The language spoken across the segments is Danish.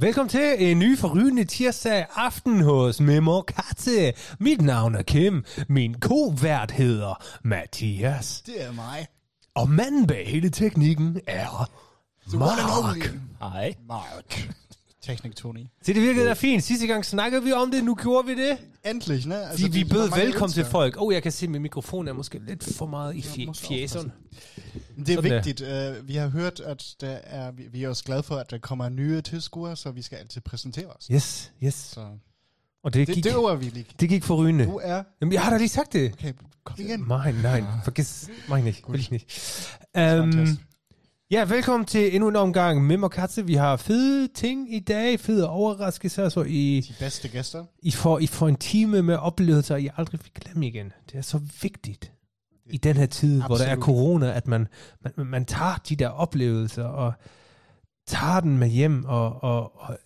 Velkommen til en ny forrygende tirsdag aften hos Memo Katze. Mit navn er Kim, min kovært hedder Mathias. Det er mig. Og manden bag hele teknikken er Mark. Hej. Mark. Teknik Tony. Se, det virkede da fint. Sidste gang snakkede vi om det, nu gjorde vi det. Endelig, ne? Altså, vi, vi det- der bød mangler velkommen til ønsker. folk. Åh, oh, jeg kan se, at min mikrofon er måske lidt for meget i fje- fjæserne. Det er Sådan der. vigtigt. Uh, vi har hørt, at der er, vi, vi er også glade for, at der kommer nye tilskuere, så vi skal altid præsentere os. Yes, yes. Så Og det det gik, døver vi lige. det gik forrygende. Du er... Jamen, jeg har da lige sagt det. Okay, kom igen. Nein, nein, vergiss, mach ich nicht, will ich nicht. Contest. Ähm, ja, velkommen til endnu en omgang Mim og Katze. Vi har fede ting i dag, fede overraskelser, så I, De bedste gæster. I, får, I får en time med oplevelser, I aldrig vil glemme igen. Det er så vigtigt i den her tid, Absolut. hvor der er Absolut. corona, at man, man, man tager de der oplevelser og tager den med hjem og, og, og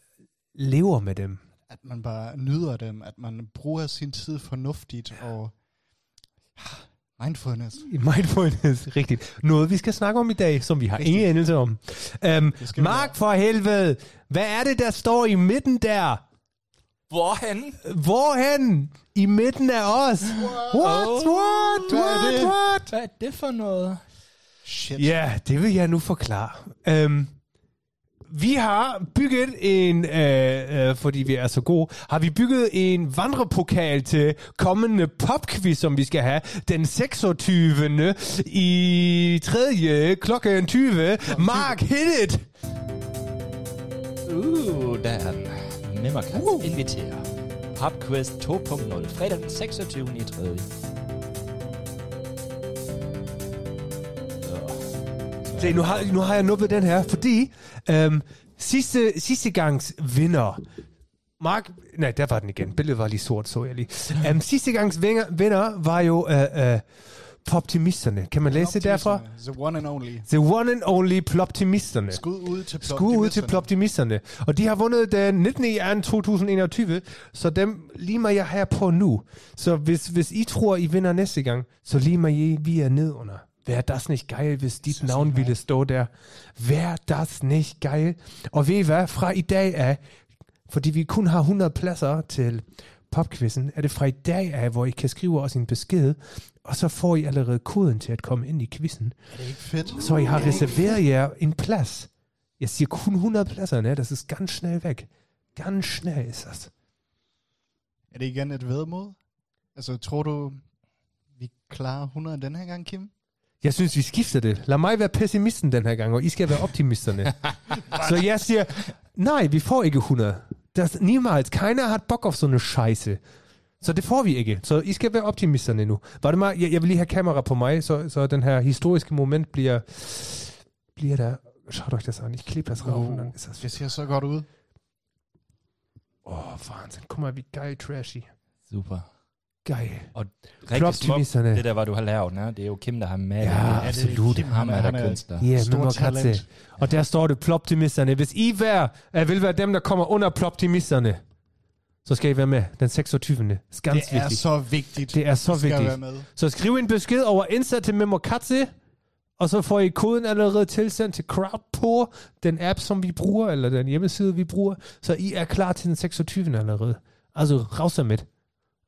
lever med dem. At man bare nyder dem. At man bruger sin tid fornuftigt og... Ah, Mindfulness. Mindfulness, rigtigt. Noget, vi skal snakke om i dag, som vi har Rigtigt. ingen anelse om. Um, Det skal vi Mark, for helvede, hvad er det, der står i midten der? Hvorhen? Hvorhen? I midten af os? What? What? What? Hvad er What? det? What? Hvad er det for noget? Shit. Ja, det vil jeg nu forklare. Um, vi har bygget en, øh, øh, fordi vi er så gode, har vi bygget en vandrepokal til kommende popquiz, som vi skal have den 26. i 3. klokken 20. Mark, hit it! Uh, der er den. Memmerkast uh. inviterer. PubQuest 2.0, fredag den 26. i 3. Se, nu har, nu har jeg nuppet den her, fordi øhm, sidste, sidste gangs vinder, Mark, nej, der var den igen, billedet var lige sort, så jeg lige. Um, sidste gangs vinder, vinder var jo øh, øh, Ploptimisterne, kan man læse det derfra? The one and only. The one and only Ploptimisterne. Skud ud til Plop. Skud ud til Dimension. Ploptimisterne. Og de har vundet den 19. i anden 2021, så dem limer jeg her på nu. Så hvis, hvis I tror, I vinder næste gang, så limer I via nedunder. Wär das nicht geil, hvis dit navn ville stå der. Wär das nicht geil. Og ved I hvad, fra i dag af, fordi vi kun har 100 pladser til popquizzen, er det fra i dag af, hvor I kan skrive os en besked, og så får I allerede koden til at komme ind i quizzen. Er det ikke fedt? Så I har reserveret jer en Platz. Jeg siger kun 100 Plätze, ne? Das ist ganz schnell weg. Ganz schnell ist das. Er det igen et vedmål? Altså, tror du, vi klarer 100 den her gang, Kim? Jeg synes, vi skifter det. Lad mig være pessimisten den her gang, og I skal være optimisterne. så jeg siger, nej, vi får ikke 100. Das niemals. Keiner hat Bock auf so eine Scheiße. Så det får vi ikke. Så I skal være optimisterne ne, nu. Var det mig? Jeg, jeg vil lige have kamera på mig, så, så den her historiske moment bliver, bliver der. Schaut euch das an. Ich klebe das rauf. und dann ist das Det ser så godt ud. Oh, Wahnsinn. Guck mal, wie geil trashy. Super. Geil. Rigtig smukt. Ploptimisterne. Det der, hvor du har lavet, ne? Det er jo Kim, der har med. Ja, absolut. Kim, ham altså, er der kunstner. Ja, Stort yeah, Mimmer Katze. talent. Og der står det Ploptimisterne. Hvis I vær, er, vil være dem, der kommer under Ploptimisterne, så skal I være med den 26. Skans Det er vigtigt. så vigtigt. det er så Du skal vigtigt. være med. Så skriv en besked over Insta til Mimmer Katze, og så får I koden allerede tilsendt til CrowdPoor, den app, som vi bruger, eller den hjemmeside, vi bruger, så I er klar til den 26. allerede. Altså, raus damit.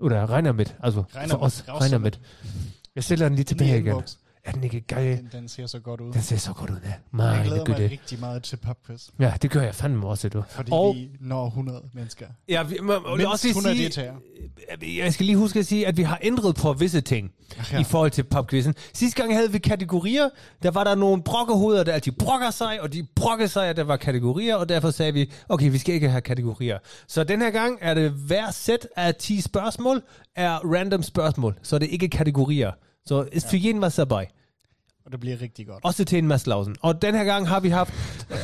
Eller regner med. Altså, Regner for med. os, Raus regner med. damit. Jeg stiller den lige tilbage igen. inbox. Er den ikke geil? Den, den ser så godt ud. Den ser så godt ud, ja. Jeg Meine glæder Güte. mig rigtig meget til popquiz, Ja, det gør jeg fandme også, du. fordi Og- og vi når 100 mennesker. Ja, vi, man, man, Mindst også lige 100 sige, deltagere. jeg skal lige huske at sige, at vi har ændret på visse ting Ach ja. ja. i forhold til popquizzen. Sidste gang havde vi kategorier, der var der nogle brokkerhoveder, der altid brokker sig, og de brokker sig, at der var kategorier, og derfor sagde vi, okay, vi skal ikke have kategorier. Så den her gang er det hver sæt af 10 spørgsmål er random spørgsmål, så det er ikke kategorier. Så ist für jeden was dabei. Og det bliver rigtig godt. Også til en Mads Lausen. Og Oh, den her gang har vi haft øh,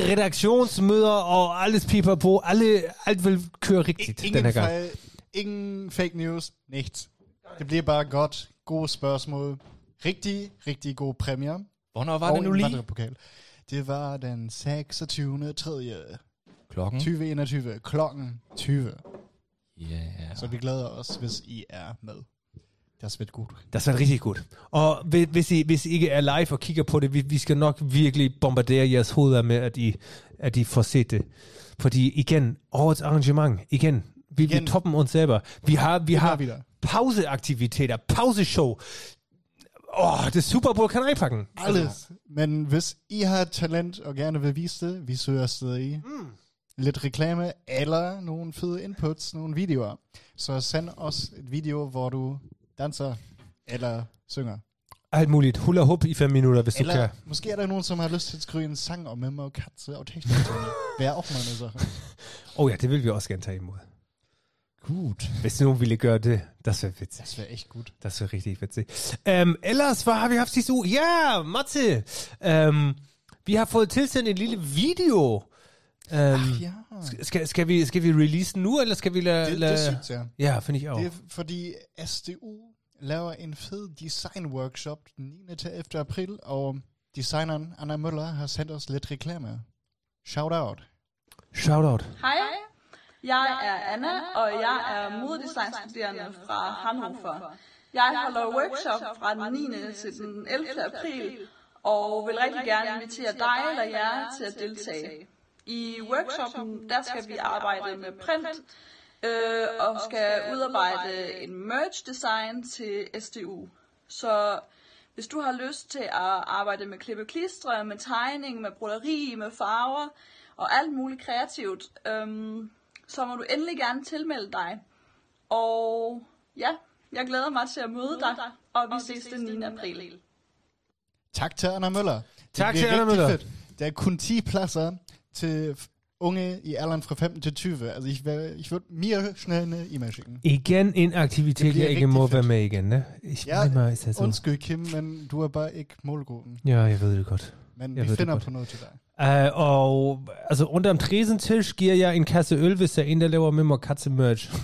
redaktionsmøder og oh, alles piper på. Alle, alt vil køre rigtigt I- den her Ingen, gang. fejl, ingen fake news, nichts. Det bliver bare godt. Gode spørgsmål. Rigtig, rigtig gode præmier. Hvornår var og det nu en lige? vandrepokal. Det var den 26. 3. Klokken? 2021, klokken 20. Ja. Så vi glæder os, hvis I er med. Das wird gut. Das er rigtig godt. Og hvi- hvis Oh, I, hvis I ikke er live oh, og kigger på det, vi, vi skal nok virkelig bombardere jeres hoveder med, at I, at I får set det. Fordi igen, årets arrangement, igen, vi, igen. Igen. vi toppen os selv. Vi har, vi har wieder. pauseaktiviteter, pauseshow. Åh, det Super Bowl kan jeg pakken. Alles. Altså, Men hvis I har talent og gerne vil vise det, vi søger sted i. Mm. Lidt reklame eller nogle fede inputs, nogle videoer. Så send os et video, hvor du danser eller synger. Alt muligt. Hula hoop i fem minutter, hvis du Eller kan. måske er der nogen, som har lyst til at skrive en sang om Emma og Katze og Technik. Vær auch mal eine Sache. Åh oh, ja, det vil vi også gerne tage imod. Gut. Hvis nogen ville gøre det, das wäre witzig. Das wäre echt gut. Das wird richtig witzig. Ähm, ellers, hvad har vi haft sidste uge? Ja, Matze! Ähm, Øhm, vi har fået tilsendt et lille video. Ähm, Øhm, Mm. Ja. skal, skal, vi, skal vi release den nu, eller skal vi lade... Det, det lade- synes jeg. ja, finde jeg også. Det er fordi SDU laver en fed design workshop den 9. til 11. april, og designeren Anna Møller har sendt os lidt reklame. Shout out. Shoutout. Hej, jeg er Anna, og jeg er modedesignstuderende fra Hannover. Jeg holder workshop fra den 9. til den 11. april, og vil rigtig gerne invitere dig eller jer til at deltage. I workshoppen, der skal vi arbejde med print, øh, og skal udarbejde en merch design til SDU. Så hvis du har lyst til at arbejde med klippe og klistre, med tegning, med broderi, med farver og alt muligt kreativt, øhm, så må du endelig gerne tilmelde dig. Og ja, jeg glæder mig til at møde dig, og vi ses den 9. april. Tak til Anna Møller. Det Tak bliver til Anna rigtig Møller. Fedt. Der er kun 10 pladser til f- unge i alderen fra 15 til 20. Altså ich, wär- ich würde mir schnell eine E-Mail schicken. Igen en aktivitet, bliver jeg ikke rigtig må fedt. være med igen, ne? Ich Ja, mener, ist das so. Undskyld, Kim, men du er bare ikke målgruppen. Ja, jeg ved det godt. Jeg Men vi ved det finder godt. på noget til dig. Øh, og altså, rundt om also Tresentisch giver jeg en kasse øl, hvis der er en, der laver med mig katze-merch.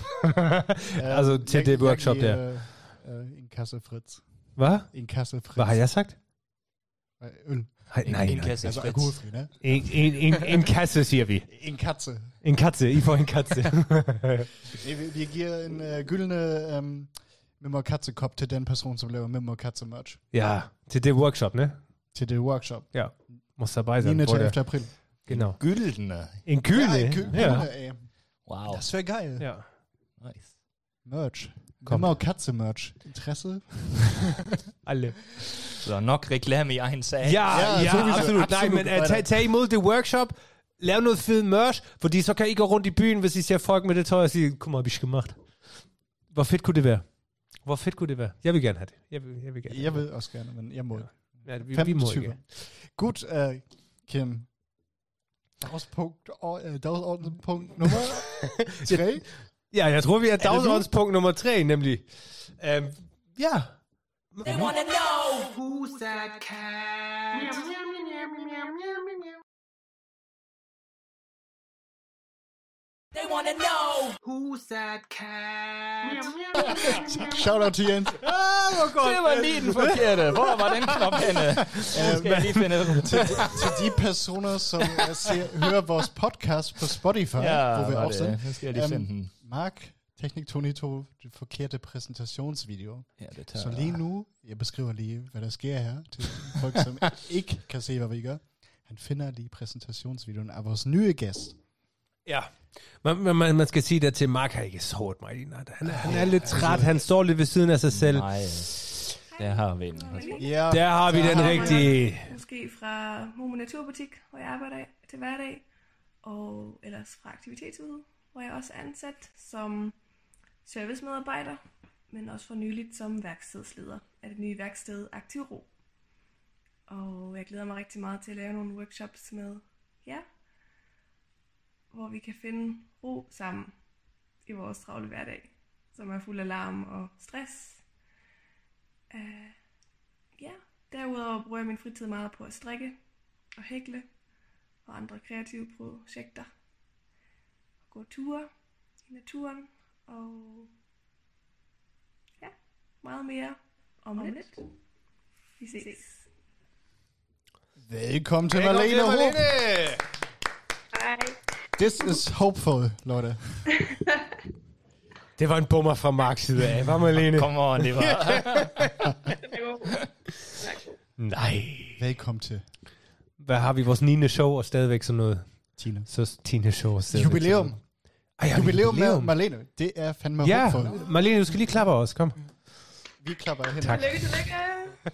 altså til Jeg- det jeg Also workshop giver, der. øh, øh, En kasse Fritz. Hvad? En kasse Fritz. Hvad har jeg sagt? Øh, Øl. Hej, nej, en nej. kasse Altså Fritz. alkoholfri, ne? En, en, en, en kasse, siger vi. En katze. En katze, I får en katze. Nej, Vi, vi giver en øh, gyldne øhm, Mimmer Katze-kop til den person, som laver Mimmer Katze-merch. ja, til det Workshop, ne? Til det workshop. Ja, muss dabei sein. 9. Bruder. til 11. april. Genau. Güldene. In Ja, Kühne? en gy- Ja. gyldne, ey. Wow. Oh. Das wäre geil. ja. Nice. Merch. Kommt. Mimmer Katze-merch. Interesse? Alle. So, nok reklame i egen sag. Ja, ja, Ja, ja sowieso, absolut. Nej, absolut. men uh, tag, tag imod det workshop. Lav noget fed merch, fordi så kan I gå rundt i byen, hvis I ser folk med det tøj og sige, guck mal, hab ich gemacht. Hvor fedt kunne det være? Hvor fedt kunne det være? Jeg vil gerne have det. Jeg vil, jeg vil gerne. Jeg vil også gerne, men jeg må ikke. Ja, vi, vi må 15 ikke. Gut, äh, Kim. Dagspunkt, äh, Dagspunkt Nummer 3. Ja, jeg tror, vi er det vi? dagsordenspunkt nummer tre, nemlig. Øhm, ja. Shoutout to Jens. Det var lige den forkerte. Hvor var den knop henne? Nu skal jeg lige finde den. Til de personer, som øh, ser, hører vores podcast på Spotify, Ja, wo wir var auch sind. det. Nu skal jeg lige Øhm, finde den. Mark, Technik Tony Tove, det forkerte præsentationsvideo. Ja, det Så lige nu, jeg beskriver lige, hvad der sker her, til folk, som ikke kan se, hvad vi gør. Han finder lige præsentationsvideoen af vores nye gæst. Ja. Man, man- man, man skal sige det til, Mark har ikke sovet mig i nat. Han, er- han er lidt træt, han står lidt ved siden af sig selv. Nej. Der har vi den. Ja, Der har vi den rigtige. Måske fra Momo Naturbutik, hvor jeg arbejder til hverdag, og ellers fra aktivitetshuset, hvor jeg også er ansat som servicemedarbejder, men også for nyligt som værkstedsleder af det nye værksted Aktiv Ro. Og jeg glæder mig rigtig meget til at lave nogle workshops med jer, hvor vi kan finde ro sammen i vores travle hverdag, som er fuld af larm og stress Ja, derudover bruger jeg min fritid meget på at strikke og hækle og andre kreative projekter. Og gå ture i naturen og ja, meget mere om, om lidt. Vi ses. ses. Velkommen til Marlene Hope. Hej. This is hopeful, Leute. Det var en bummer fra Marks side af. Var Malene? Come on, det var... Nej. Velkommen til Hvad har vi? Vores 9. show og stadigvæk sådan noget. Tina. Så 10. show og stadigvæk Jubilæum. sådan noget. Ej, har vi Jubilæum med jubilæum. Marlene. Det er fandme ja. Ja, håbfuldt. Marlene, du skal lige klappe os. Kom. Vi klapper hen. Tak. Tillykke, tillykke. Jeg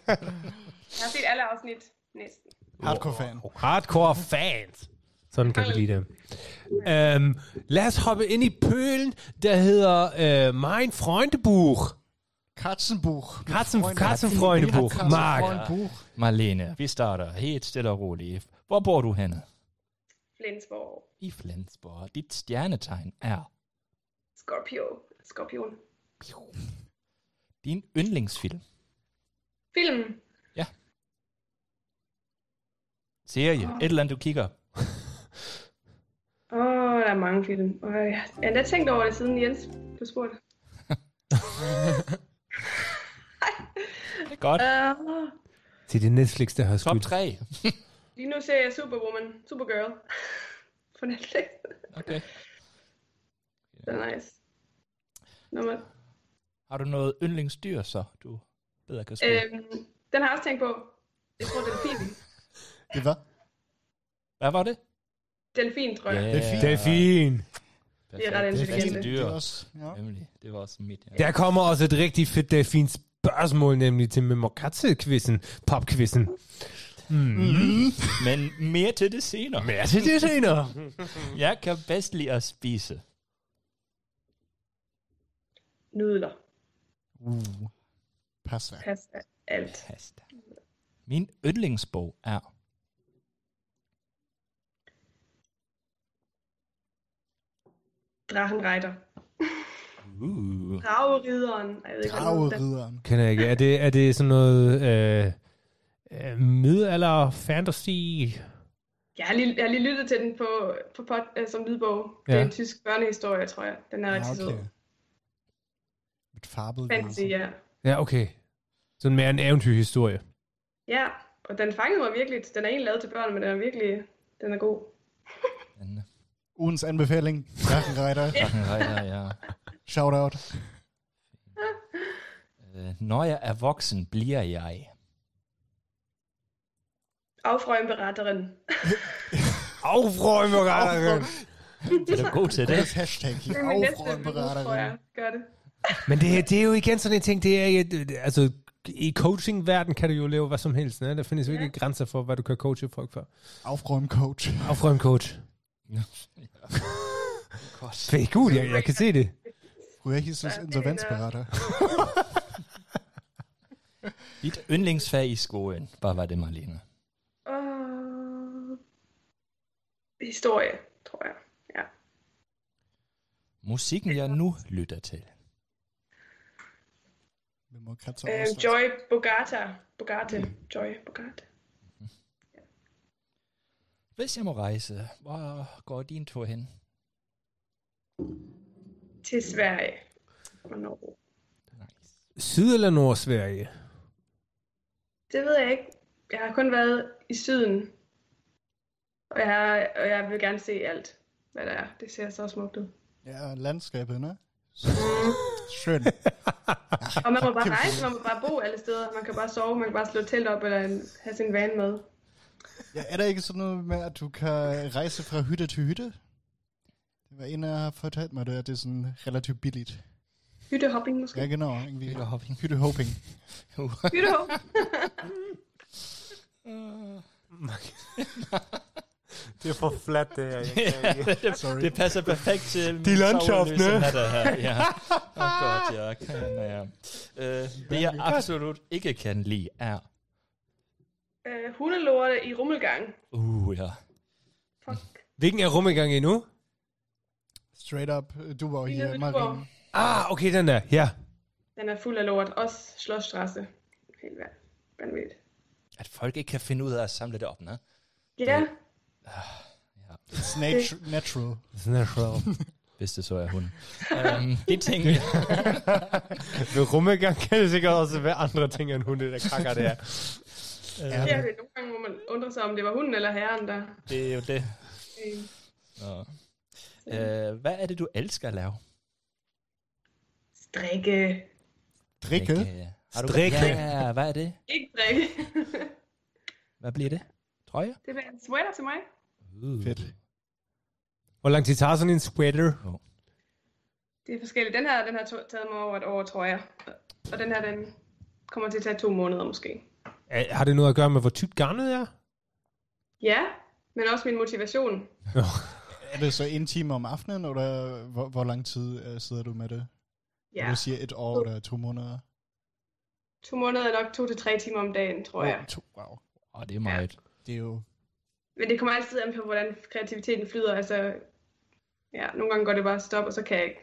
har set alle afsnit næsten. Hardcore-fan. Hardcore fans. Sådan kan vi lide dem. Um, lad os hoppe ind i pølen, der hedder uh, Mein Freundebuch. Katzenbuch. Katzen- Katzenfreundebuch. Mark. Katzenfreundebuch. Marlene, vi starter helt stille og roligt. Hvor bor du henne? Flensborg. I Flensborg. Dit stjernetegn er Scorpio. Skorpion. din yndlingsfilm. Film. Serie. Et eller andet, du kigger. Åh, oh, der er mange film. Og jeg har endda tænkt over det, siden Jens du spurgte. Det er godt. Uh, Til det Netflix, der har Top skudt. 3. lige nu ser jeg Superwoman. Supergirl. På Netflix. Okay. Det er nice. Nummer. Har du noget yndlingsdyr, så du bedre kan spille? Øh. Øhm, den har jeg også tænkt på. Jeg tror, delfin. Det var. Hvad var det? Delfin, tror jeg. Det er fint. Det er fint. Perfekt. Det er ret Det intelligente. er dyr. Det er også, ja. Nemlig. Det var også mit. Ja. Der kommer også et rigtig fedt delfin spørgsmål, nemlig til Memokatze-quizzen, popquizzen. Men mere til det senere. Mere til det senere. Jeg kan bedst lide at spise. Nudler. Uh. Pas da. Pas af alt. Pasta. Min yndlingsbog er... Drachenreiter. Mm. Uh. Dragerideren. Ej, Jeg ved ikke, hvad den hedder. Dragerideren. Kender jeg ikke. Er det, er det sådan noget øh, øh, middelalder fantasy? Jeg har, lige, jeg har lige lyttet til den på, på pod, øh, som lydbog. Ja. Det Ja. er en tysk børnehistorie, tror jeg. Den er Ja, rigtig sød. okay. Et fabel. Fantasy, ja. Ja, okay. Sådan mere en eventyrhistorie. Ja, og den fangede mig virkelig. Den er egentlig lavet til børn, men den er virkelig den er god. Den Ugens anbefaling. Drachenreiter. Drachenreiter, ja. Shout out. Øh, Når jeg er voksen, bliver jeg. Afrømberetteren. Afrømmeretteren! Er du god til Det det? er hashtag. Det er min næste lydbog, tror Afrømberetteren. jeg. Gør det. Men det, det er jo igen sådan en ting, det er, jo- altså i coachingverden kan du jo lave hvad som helst. Ne? Der findes jo ikke grænser for, hvad du kan coache folk for. Afrøm coach. Afrøm coach. Godt. Det er godt, jeg, jeg kan se det. Røger Hisses insolvensberetter. Dit yndlingsfag i skolen. Hvad var det, Marlene? Og... Øh, Historie, tror jeg. Ja. Musikken, jeg nu lytter til. Vi må kratse Øh, Joy Bogata. Bogate. Joy Bogate. Hvis jeg må rejse, hvor går din tur hen? Til Sverige. Og Norge. Nice. Syd- eller Nordsverige? Det ved jeg ikke. Jeg har kun været i syden. Og jeg, har, og jeg vil gerne se alt, hvad der er. Det ser så smukt ud. Ja, landskabet, ne? Schön. Og man må bare rejse, man må bare bo alle steder. Man kan bare sove, man kan bare slå telt op, eller en, have sin van med. Ja, er der ikke sådan noget med, at du kan rejse fra hytte til hytte? Det var en, der har fortalt mig det, at det er sådan relativt billigt. Hyttehopping måske. Ja, genau. Irgendwie. Hyttehopping. Hyttehoping. Hyttehopping. Det er for flat, det her. Sorry. Det passer perfekt til min De landschaften, sorgløse eh? natter her. Ja. Oh, godt, ja. Kan, ja. Øh, det jeg absolut ikke kan lide er... Øh, hundelorte i rummelgang. Uh, ja. Fuck. Hvilken er rummegang endnu? Straight up. äh, Du var Lige her, nede ved Marien. Duborg. Ah, okay, den der. Ja. Den er fuld af lort. Også Slotstrasse. Helt vær- vanvittigt. At folk ikke kan finde ud af at samle det op, ne? Ja, It's natu- natural. Sådan er det. Hvis det så er hun. um, det ting, jeg Ved rummegang kan det sikkert også være andre ting end hunde, der kakker der. Ja, det er det nogle gange, hvor man undrer sig, om det var hunden eller herren, der... Det er jo det. Øh, Nå. Øh, hvad er det, du elsker at lave? Drikke. Drikke. Drikke. Har du- Strikke. Ja, ja, hvad er det? Ikke drikke. Hvad bliver det? Trøje? det bliver en sweater til mig. Uh. Fedt. Hvor lang tid tager sådan en sweater? Det er forskelligt. Den her, den har to- taget mig over et år, tror jeg. Og den her, den kommer til at tage to måneder måske. Er, har det noget at gøre med, hvor tykt garnet er? Ja, men også min motivation. Er det så en time om aftenen, eller hvor, hvor lang tid uh, sidder du med det? Ja, Du siger et år eller to måneder. to måneder er nok to til tre timer om dagen, tror jeg. To, wow. Åh, det er meget. Det er jo... Men det kommer altid an på, hvordan kreativiteten flyder. Altså, ja, nogle gange går det bare stop, og så kan jeg ikke.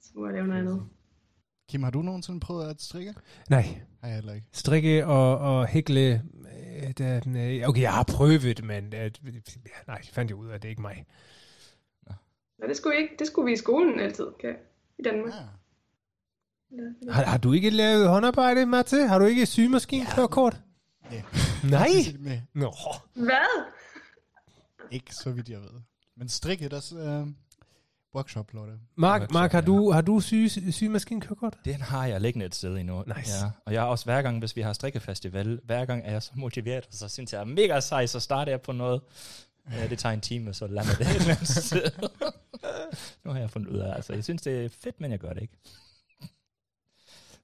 Så må jeg lave noget andet. Kim, har du nogensinde prøvet at strikke? Nej. Har jeg heller ikke. Strikke og, og hækle. øh, der- øh, Okay, jeg har prøvet, men øh, nej, fandt jeg ud af, at det er ikke mig. Og det skulle, vi ikke, det skulle vi i skolen altid, kan i Danmark. Ja. Har, har du ikke lavet håndarbejde, Marte? Har du ikke sygemaskine ja. kort? Nej. Nej? Nej. Nå. Hvad? Ikke så vidt jeg ved. Men strikke, der er uh, workshop, Lotte. Mark, Mark har, du, har du syge, sygemaskine kørekort? Den har jeg liggende et sted endnu. Nice. Ja. Og jeg er også hver gang, hvis vi har strikkefestival, hver gang er jeg så motiveret, og så synes jeg, jeg er mega sej, så starter jeg på noget. Ja, det tager en time, så lander det et eller andet sted. nu har jeg fundet ud af, altså jeg synes, det er fedt, men jeg gør det ikke.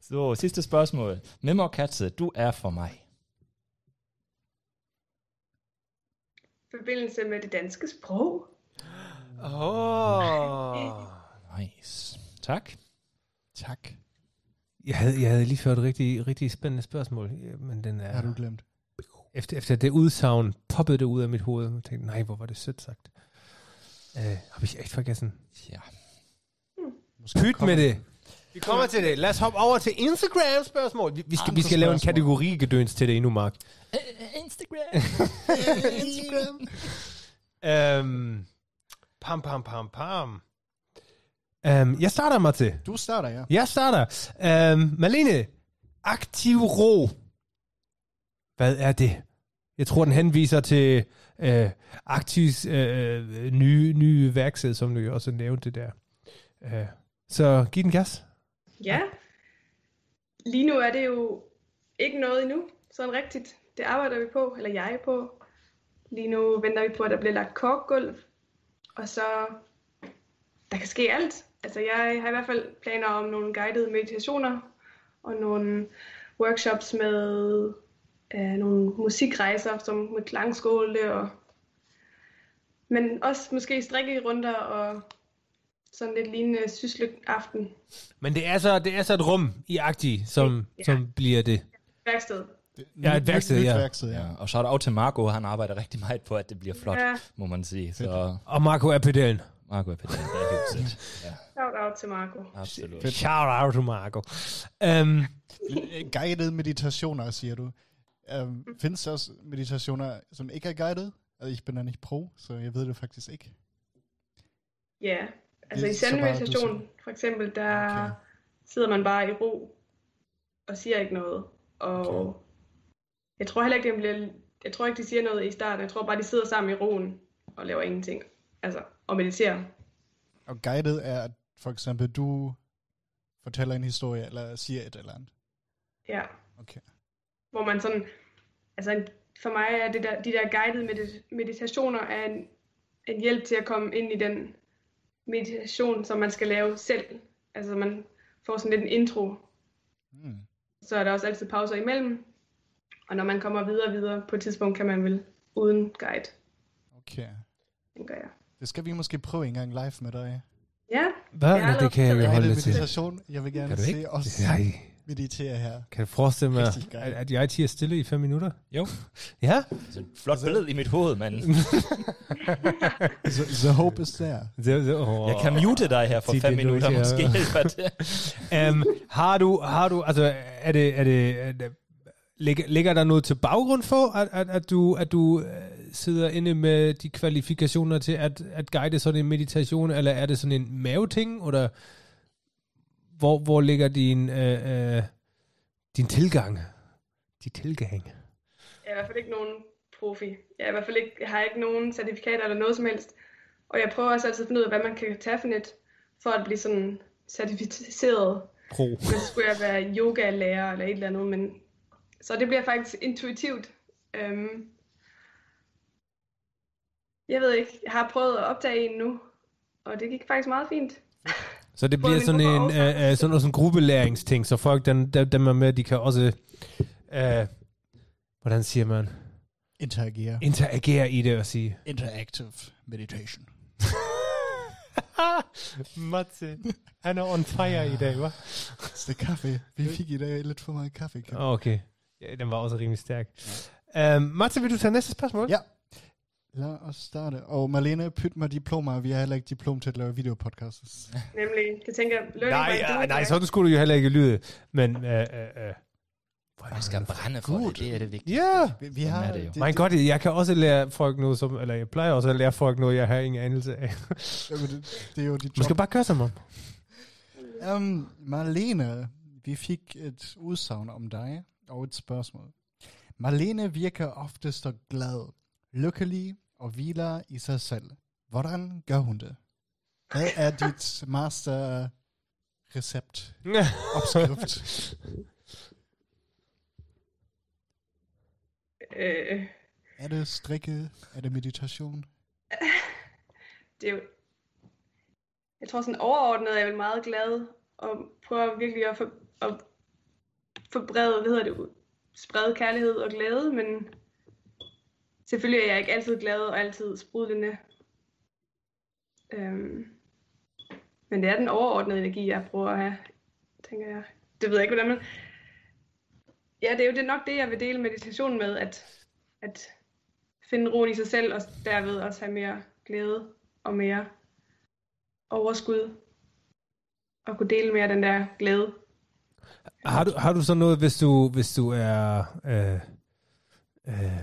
Så, sidste spørgsmål. Mimmo Katze, du er for mig. Forbindelse med det danske sprog. Åh. Nice. Tak. Tak. Jeg havde, jeg havde lige fået et rigtig, rigtig spændende spørgsmål, ja, men den Ja. er... Har du glemt? efter, efter det udsagn poppede det ud af mit hoved, og jeg tænkte, nej, hvor var det sødt sagt. Øh, har vi echt vergessen. Ja. Måske Pyt kommer- med det. Vi kommer til det. Lad os hoppe over til Instagram-spørgsmål. Vi, vi skal, vi Andre skal lave en spørgsmål. kategorigedøns til det endnu, Mark. Instagram. Instagram. Øhm, pam, pam, pam, pam. Øhm, jeg starter, Martin. Du starter, ja. Jeg starter. Øhm, Malene, aktiv ro. Hvad er det? Jeg tror, den henviser til øh, Aktivs øh, nye, nye værksted, som du jo også nævnte der. Øh, så giv den gas. Ja. Lige nu er det jo ikke noget endnu, sådan rigtigt. Det arbejder vi på, eller jeg på. Lige nu venter vi på, at der bliver lagt korkgulv. Og så, der kan ske alt. Altså jeg har i hvert fald planer om nogle guidede meditationer og nogle workshops med øh, nogle musikrejser, som med klangskåle og men også måske strikkerunder og sådan lidt lignende syslygt aften Men det er så, det er så et rum i Aktiv, som, ja. Ja. som bliver det. værksted. Det, Ja, et værksted, nyt, ja. Nyt værksted, ja. ja. Og shout out til Marco, han arbejder rigtig meget på, at det bliver flot, Ja. må man sige. Så Og Marco er pedellen. Marco er på det her huset. Ja, Shout out til Marco. absolut. Shout out to Marco. Øhm, Guidede meditationer, siger du. Um, findes der også meditationer, som ikke er guided? Altså, jeg bin da nicht pro, så jeg ved det faktisk ikke. Ja, altså Det i er så meget, du siger. sandmeditation for eksempel, der Okay. okay. sidder man bare i ro og siger ikke noget. Og okay. jeg tror heller ikke, det bliver, jeg tror ikke, de siger noget i starten. Jeg tror bare, de sidder sammen i roen og laver ingenting. Altså, og mediterer. Og guided er, at for eksempel du fortæller en historie, eller siger et eller andet. Ja. Okay. Hvor man sådan, altså en- for mig er det der, de der guidede medit- meditationer er en, en hjælp til at komme ind i den meditation, som man skal lave selv. Altså man får sådan lidt en intro Mm. så er der også altid pauser imellem. Og når man kommer videre og videre, på et tidspunkt kan man vel uden guide, Okay. tænker jeg. Det skal vi måske prøve en gang live med dig. Ja, hvad? Jeg har Ja, det kan jeg jo allerede- holde Guided lidt til. meditation. Jeg vil gerne Kan du se ikke? os Nej. meditere her. Kan du forestille mig, Rigtig at, geil. at jeg tiger stille i fem minutter? Jo. Ja. Så et Altså, flot billede i mit hoved, mand. The, the hope is there. Det, det, oh. Jeg kan mute dig her for Sig fem det nu minutter, ikke, ja. måske hjælper det. um, har du, har du, altså, er det, er det, er det ligger, ligger der noget til baggrund for, at, at, at du, at du øh, sidder inde med de kvalifikationer til at, at guide sådan en meditation, eller er det sådan en maveting, eller hvor, hvor ligger din, øh, øh, din tilgang? Din tilgang? jeg er i hvert fald ikke nogen profi. Jeg, er i hvert fald ikke, jeg har ikke nogen certifikater eller noget som helst. Og jeg prøver også altid at finde ud af, hvad man kan tage for net, for at blive sådan certificeret Pro. Men så skulle jeg være yogalærer eller et eller andet, men så det bliver faktisk intuitivt. Øhm, jeg ved ikke, jeg har prøvet at opdage en nu, og det gik faktisk meget fint. Så det Både bliver min sådan en, gruppe og øh, øh, sådan, noget, sådan en gruppelæringsting, så folk, den, dem, dem er med, de kan også, øh, hvordan siger man, Interagere. interagere i det og sige. Interactive meditation. Matze, han er on fire i dag, hva'? Det er kaffe. Vi fik i dag lidt for meget kaffe. kan- Okay, ja, den var også rimelig stærk. Øh, Matze, vil du tage næste spørgsmål? Ja. Lad os starte. Og Marlene, pyt mig diplomer. Vi har heller ikke diplomtitler og videopodcasts. Nemlig, det tænker jeg, learning Nej, by ja, doing, nej, ikke? sådan skulle du jo heller ikke lyde. Men, øh, øh, øh. Man skal brænde for det, det er det vigtige. Ja, Vi, vi har, er det jo. mein Gott, jeg kan også lære folk noget, som, eller jeg plejer også at lære folk noget, jeg har ingen anelse af. Jamen, det, det er jo dit Man skal job. bare køre som om. Um, Marlene, vi fik et udsagn om dig og et spørgsmål. Marlene virker ofte så glad, lykkelig og hviler i sig selv. Hvordan gør hun det? Hvad er dit master recept? Opskrift. Øh, er det strikke? Er det meditation? det er jo, jeg tror sådan overordnet er jeg vel meget glad og prøver virkelig at, for, at forbrede, hvad hedder det, ud- sprede kærlighed og glæde, men selvfølgelig er jeg ikke altid glad og altid sprudlende. Øhm, men det er den overordnede energi, jeg prøver at have, tænker jeg. Det ved jeg ikke, hvordan man... Ja, det er jo det er nok det, jeg vil dele meditation med, at, at finde roen i sig selv, og derved også have mere glæde og mere overskud. Og kunne dele mere af den der glæde. Har du, har du sådan noget, hvis du, hvis du er øh, øh,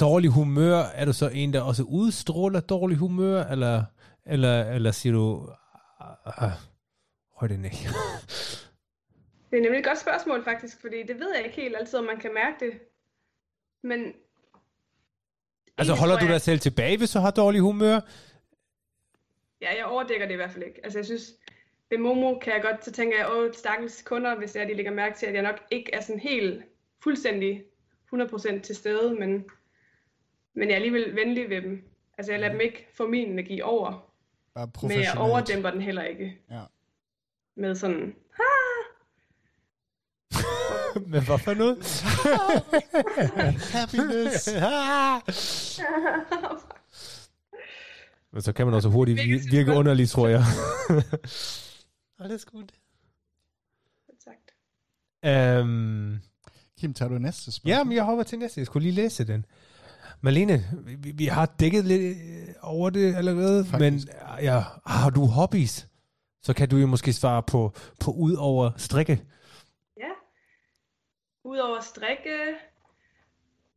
dårlig humør, er du så en, der også udstråler dårlig humør, eller, eller, eller siger du, "Ah, ah, røg den ikke? Det er nemlig et godt spørgsmål faktisk, fordi det ved jeg ikke helt altid, om man kan mærke det. Men altså tror holder du jeg- dig selv tilbage, hvis du har dårlig humør? ja, jeg overdækker det i hvert fald ikke. Altså jeg synes, ved Momo kan jeg godt, så tænker jeg, åh, stakkels kunder, hvis jeg, de lægger mærke til, at jeg nok ikke er sådan helt fuldstændig 100% til stede, men, men jeg er alligevel venlig ved dem. Altså jeg Mm. lader dem ikke få min energi over, Bare men jeg professionelt. overdæmper den heller ikke. Ja. Med sådan, Men hvad for noget? Happiness. Men så kan man også hurtigt vi- virke underlig, tror jeg. Alles gut. sagt. øhm, Kim, tager du næste spørgsmål? Ja, men jeg hopper til næste. Jeg skulle lige læse den. Marlene, vi, vi har dækket lidt øh, over det allerede, Faktisk. men øh, ja, har du hobbies? Så kan du jo måske svare på, på ud over strikke. Ja. Udover strikke,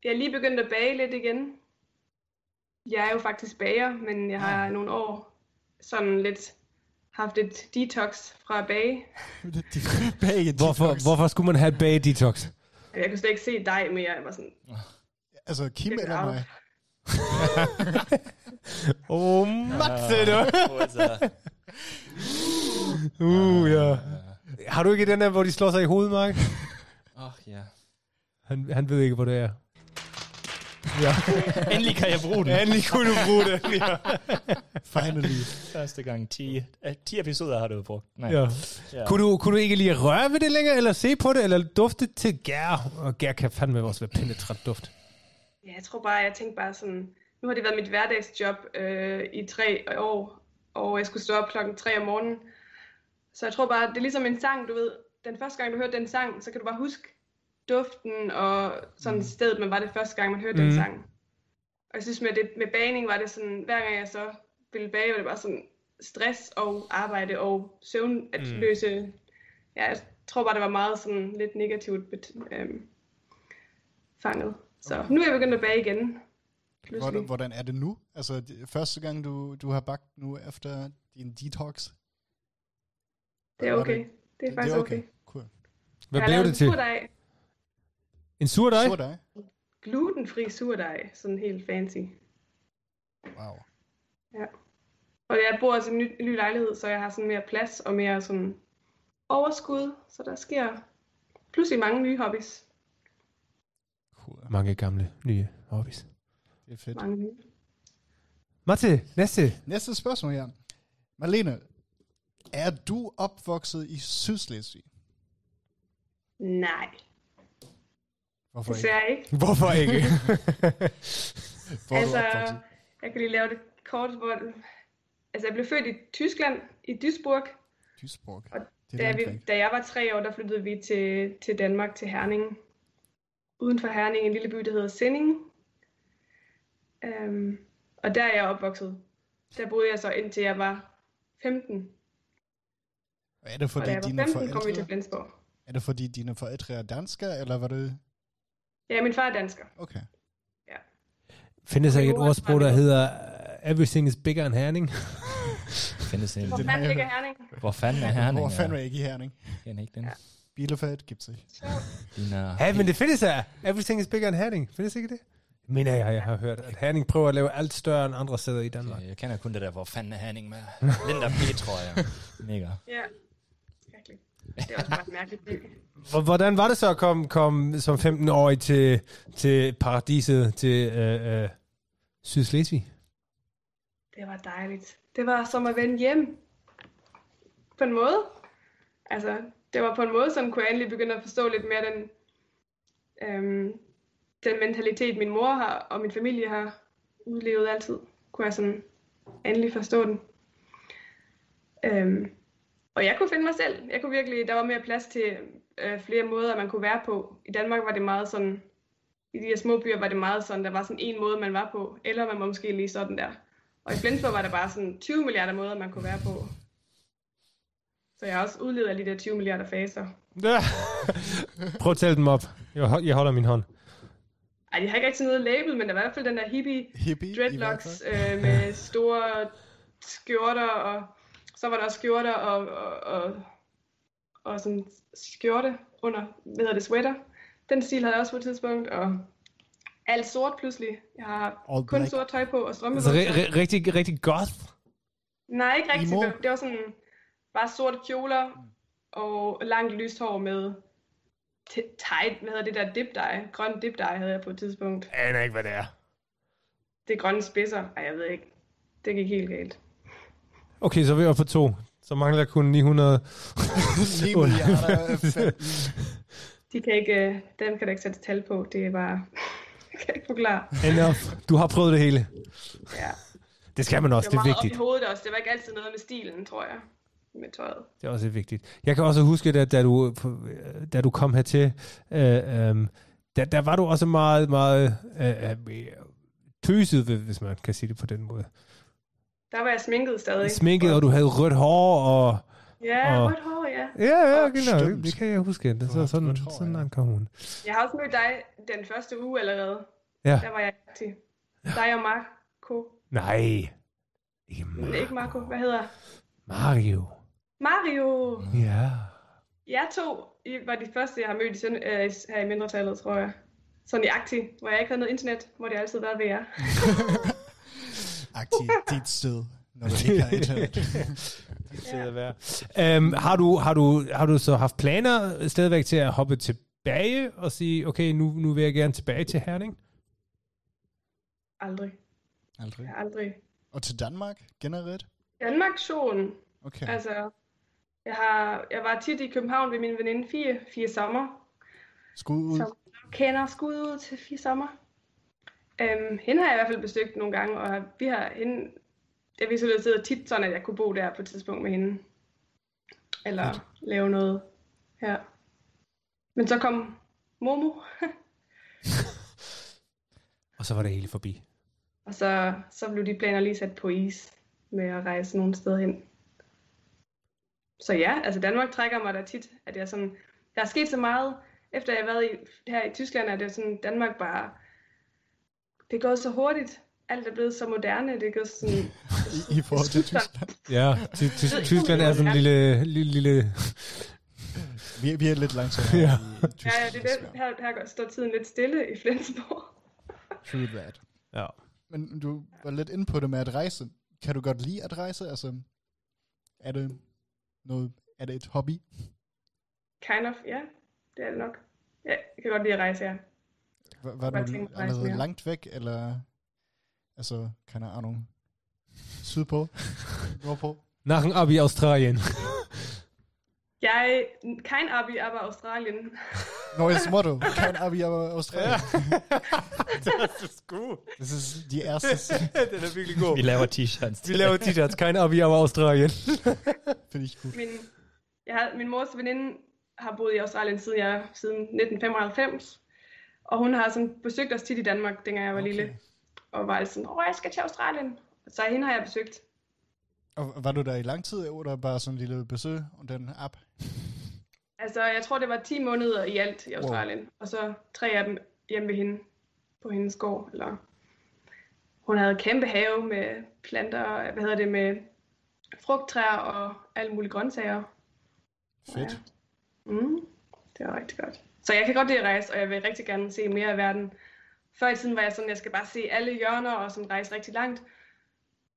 jeg er lige begyndt at bage lidt igen. Jeg er jo faktisk bager, men jeg har nogle år sådan lidt haft et detox fra at bage. Bag en Hvorfor, detox. hvorfor skulle man have et bage detox? Jeg kunne slet ikke se dig mere. Jeg var sådan, Altså, Kim Det er eller mig? Åh, oh, Matze, du! Altså, Uh, ja. Har du ikke den der, hvor de slår sig i hovedet, Mark? Åh, ja. Han, han ved ikke, hvor det er. Endelig kan jeg bruge den. Endelig kunne du bruge det. Ja. Finally. Første gang 10, øh, 10 episoder har du brugt. Nej. Ja. Ja. Kunne, du, kunne du ikke lige røre ved det længere, eller se på det, eller dufte til gær? Og gær kan fandme også være penetrant duft. ja, jeg tror bare, jeg tænkte bare sådan, nu har det været mit hverdagsjob øh, i tre år, og jeg skulle stå op klokken 3 om morgenen. Så jeg tror bare, det er ligesom en sang, du ved. Den første gang, du hørte den sang, så kan du bare huske duften og sådan mm. stedet, man var det første gang, man hørte mm. Mm. den sang. Og jeg synes, med, det, med bagning var det sådan, hver gang jeg så ville bage, var det bare sådan stress og arbejde og søvn at Mm. mm. løse. Ja, jeg tror bare, det var meget sådan lidt negativt bet- øhm, fanget. Så nu er jeg begyndt at bage igen. Hvordan, Pludselig. hvordan er det nu? Altså, det- første gang, du, du har bagt nu efter din detox? Det er okay. Det er faktisk okay. Cool. Hvad Jeg har blev lavet det en til? Surdej. En surdej? Så dig? Glutenfri surdej. Sådan helt fancy. Wow. Og jeg bor også i en ny, ny lejlighed, så jeg har sådan mere plads og mere sådan overskud, så der sker pludselig mange nye hobbies. Cool. Mange gamle, nye hobbys. Det er fedt. Mange nye. Mathilde, næste. Næste spørgsmål, Jan. Marlene, er du opvokset i Sydslesvig? Nej, Hvorfor ikke? desværre ikke. Hvorfor ikke? Hvor er du altså, opvokset? jeg kan lige lave det kort, hvor... Altså, jeg blev født i Tyskland, i Duisburg. Duisburg. og Det er Da, langt vi, væk. da jeg var tre år, der flyttede vi til, til Danmark, til Herning. Uden for Herning, en lille by, der hedder Sinding. Øhm, og der er jeg opvokset. Der boede jeg så indtil jeg var 15. Og Er det og da fordi jeg dine var 15, kom vi til forældre? Flensborg. Er det fordi dine forældre er danskere, eller var det... Ja, min far er dansker. Okay. Findes der ikke et Jonas ordsprog, der hedder "Uh, Everything is bigger end Herning? Findes en, Hvor Det- fanden ligger Herning? hvor fanden er Herning? Hvor fanden er er jeg ikke i Herning? Herning ikke den? Ja. Bielefeld gibt's ikke. Din, uh, Ja, men det findes her. Everything is bigger end Herning. Findes ikke det? Men jeg, jeg har hørt, at Herning prøver at lave alt større end andre steder i Danmark. Øh, Jeg kender kun det der, hvor fanden er Herning med Linda B, tror jeg. Mega. Ja, virkelig. Det er også bare et mærkeligt by. Hvor- Hvordan var det så at komme, komme som 15-årig til, til paradiset, til øh, øh, Sydslesvig? Det var dejligt. Det var som at vende hjem. På en måde. Altså, det var på en måde, som kunne jeg endelig begynde at forstå lidt mere den, øhm, den mentalitet, min mor har og min familie har udlevet altid. Kunne jeg sådan endelig forstå den. Øhm, og jeg kunne finde mig selv. Jeg kunne virkelig, der var mere plads til øh, flere måder, man kunne være på. I Danmark var det meget sådan, i de her små byer var det meget sådan, der var sådan en måde, man var på. Eller man var måske lige sådan der. Og i Flensborg var der bare sådan 20 milliarder måder, man kunne være på. Så jeg har også udledet af de der 20 milliarder faser. Ja. Prøv at tælle dem op. Jeg, hold- jeg holder min hånd. Ej, de har ikke rigtig noget label, men der var i hvert fald den der hippie Hippie dreadlocks øh, med store skjorter, og så var der også skjorter og, og, og, og sådan skjorte under, hvad hedder det, sweater. Den stil havde jeg også på et tidspunkt, og alt sort pludselig. Jeg har All kun black. sort tøj på og strømper. Altså, ri- ri- rigtig, rigtig goth. Nej, ikke rigtigt. Imo? Det, det var sådan bare sorte kjoler og langt lyst hår med t- tight, hvad hedder det der dip dye? Grøn dip dye havde jeg på et tidspunkt. Jeg aner ikke, hvad det er. Det er grønne spidser. Ej, jeg ved ikke. Det gik helt galt. Okay, så er vi oppe på to. Så mangler jeg kun 900. 9 milliarder. øh, fem- De kan ikke, øh, dem kan der ikke sætte tal på. Det er bare... jeg kan ikke forklare. Enough. Du har prøvet det hele. Ja. Det skal man også, Det det var er meget op i vigtigt. hovedet også. Det var ikke altid noget med stilen, tror jeg. Med tøjet. Det er også vigtigt. Jeg kan også huske, da, da, du, øh, da du kom hertil, øh, øh, der, der var du også meget, meget øh, øh, tøset, hvis man kan sige det på den måde. Der var jeg sminket stadig. Sminket, og du havde rødt hår, og... Ja, og- rødt hår, ja. Ja, ja, Åh, genau. stimmt. Det kan jeg huske. Det, Du har så, sådan, rødt hår, sådan ja. ankom hun. Jeg har også mødt dig den første uge allerede. Ja. Der var jeg aktiv. Dig og Marco. Nej. Ikke Nej, Ikke Mar- Marco, hvad hedder? Mario. Mario! Ja. Jeg to I var de første, jeg har mødt i Søn- øh, her i mindretallet, tror jeg. Sådan i aktiv, hvor jeg ikke havde noget internet, hvor det altid været ved jer. Aktiv dit sted, når du ikke har et eller andet. Øhm, har, du, har, du, har du så haft planer stadigvæk til at hoppe tilbage og sige, okay, nu, nu vil jeg gerne tilbage til Herning? Aldrig. Aldrig. Jeg har aldrig. Og til Danmark generelt? Danmark Sjoen. Okay. Altså, jeg, har, jeg var tit i København ved min veninde Fie, Fie Sommer. Skud ud. Som kender skud ud til Fie Sommer. Øhm, hende har jeg i hvert fald besøgt nogle gange, og vi har hende... Jeg visualiserede tit sådan, at jeg kunne bo der på et tidspunkt med hende. Eller lave noget her. Men så kom Momo, Og så var det hele forbi. og så, så blev de planer lige sat på is med at rejse nogle steder hen. Så ja, altså Danmark trækker mig da tit, at jeg sådan, der er sket så meget, efter jeg har været i, her i Tyskland, at det er sådan, Danmark bare, det er gået så hurtigt, alt er blevet så moderne, det er gået sådan, I, I forhold til Tyskland. Ja, Ty- Ty- Tyskland er sådan en lille, lille, lille... Vi, vi er lidt langsomt Ja. ja. i ja, Tyskland. ja, det er det, desværre. her, her står tiden lidt stille i Flensborg. True that. Ja. Men du var lidt inde på det med at rejse. Kan du godt lide at rejse? Altså, er det noget... Er det et hobby? Kind of, ja. Det er det nok. Ja, jeg kan godt lide at rejse, ja. Var, var Bare du tænk på rejsen, allerede ja. langt væk, eller... Altså, keine Ahnung. Sydpå? Nordpå? Nach dem Abi Australien. Jeg, kein Abi, aber Australien. Neues Motto. Kein Abi, aber Australien. das ist gut. Das ist die erste, Den er virkelig god. Vi laver t-shirts. Vi laver t-shirts, kein Abi, aber Australien. finde ich gut. Min, jeg har, min mors veninde har boet i Australien siden, jeg, siden 1995, og hun har sådan besøgt os tit i Danmark, dengang jeg var okay. lille, og var sådan, åh, jeg skal til Australien. Så hende har jeg besøgt. Og Var du da i lang tid, oder bare sådan en lille besøg, og den ab? Altså, jeg tror, det var 10 måneder i alt i Australien, wow. og så tre af dem hjemme ved hende på hendes gård. Eller... Hun havde kæmpe have med planter, hvad hedder det, med frugttræer og alle mulige grøntsager. Fedt. Mm, det var rigtig godt. Så jeg kan godt lide at rejse, og jeg vil rigtig gerne se mere af verden. Før i tiden var jeg sådan, jeg skal bare se alle hjørner og sådan rejse rigtig langt.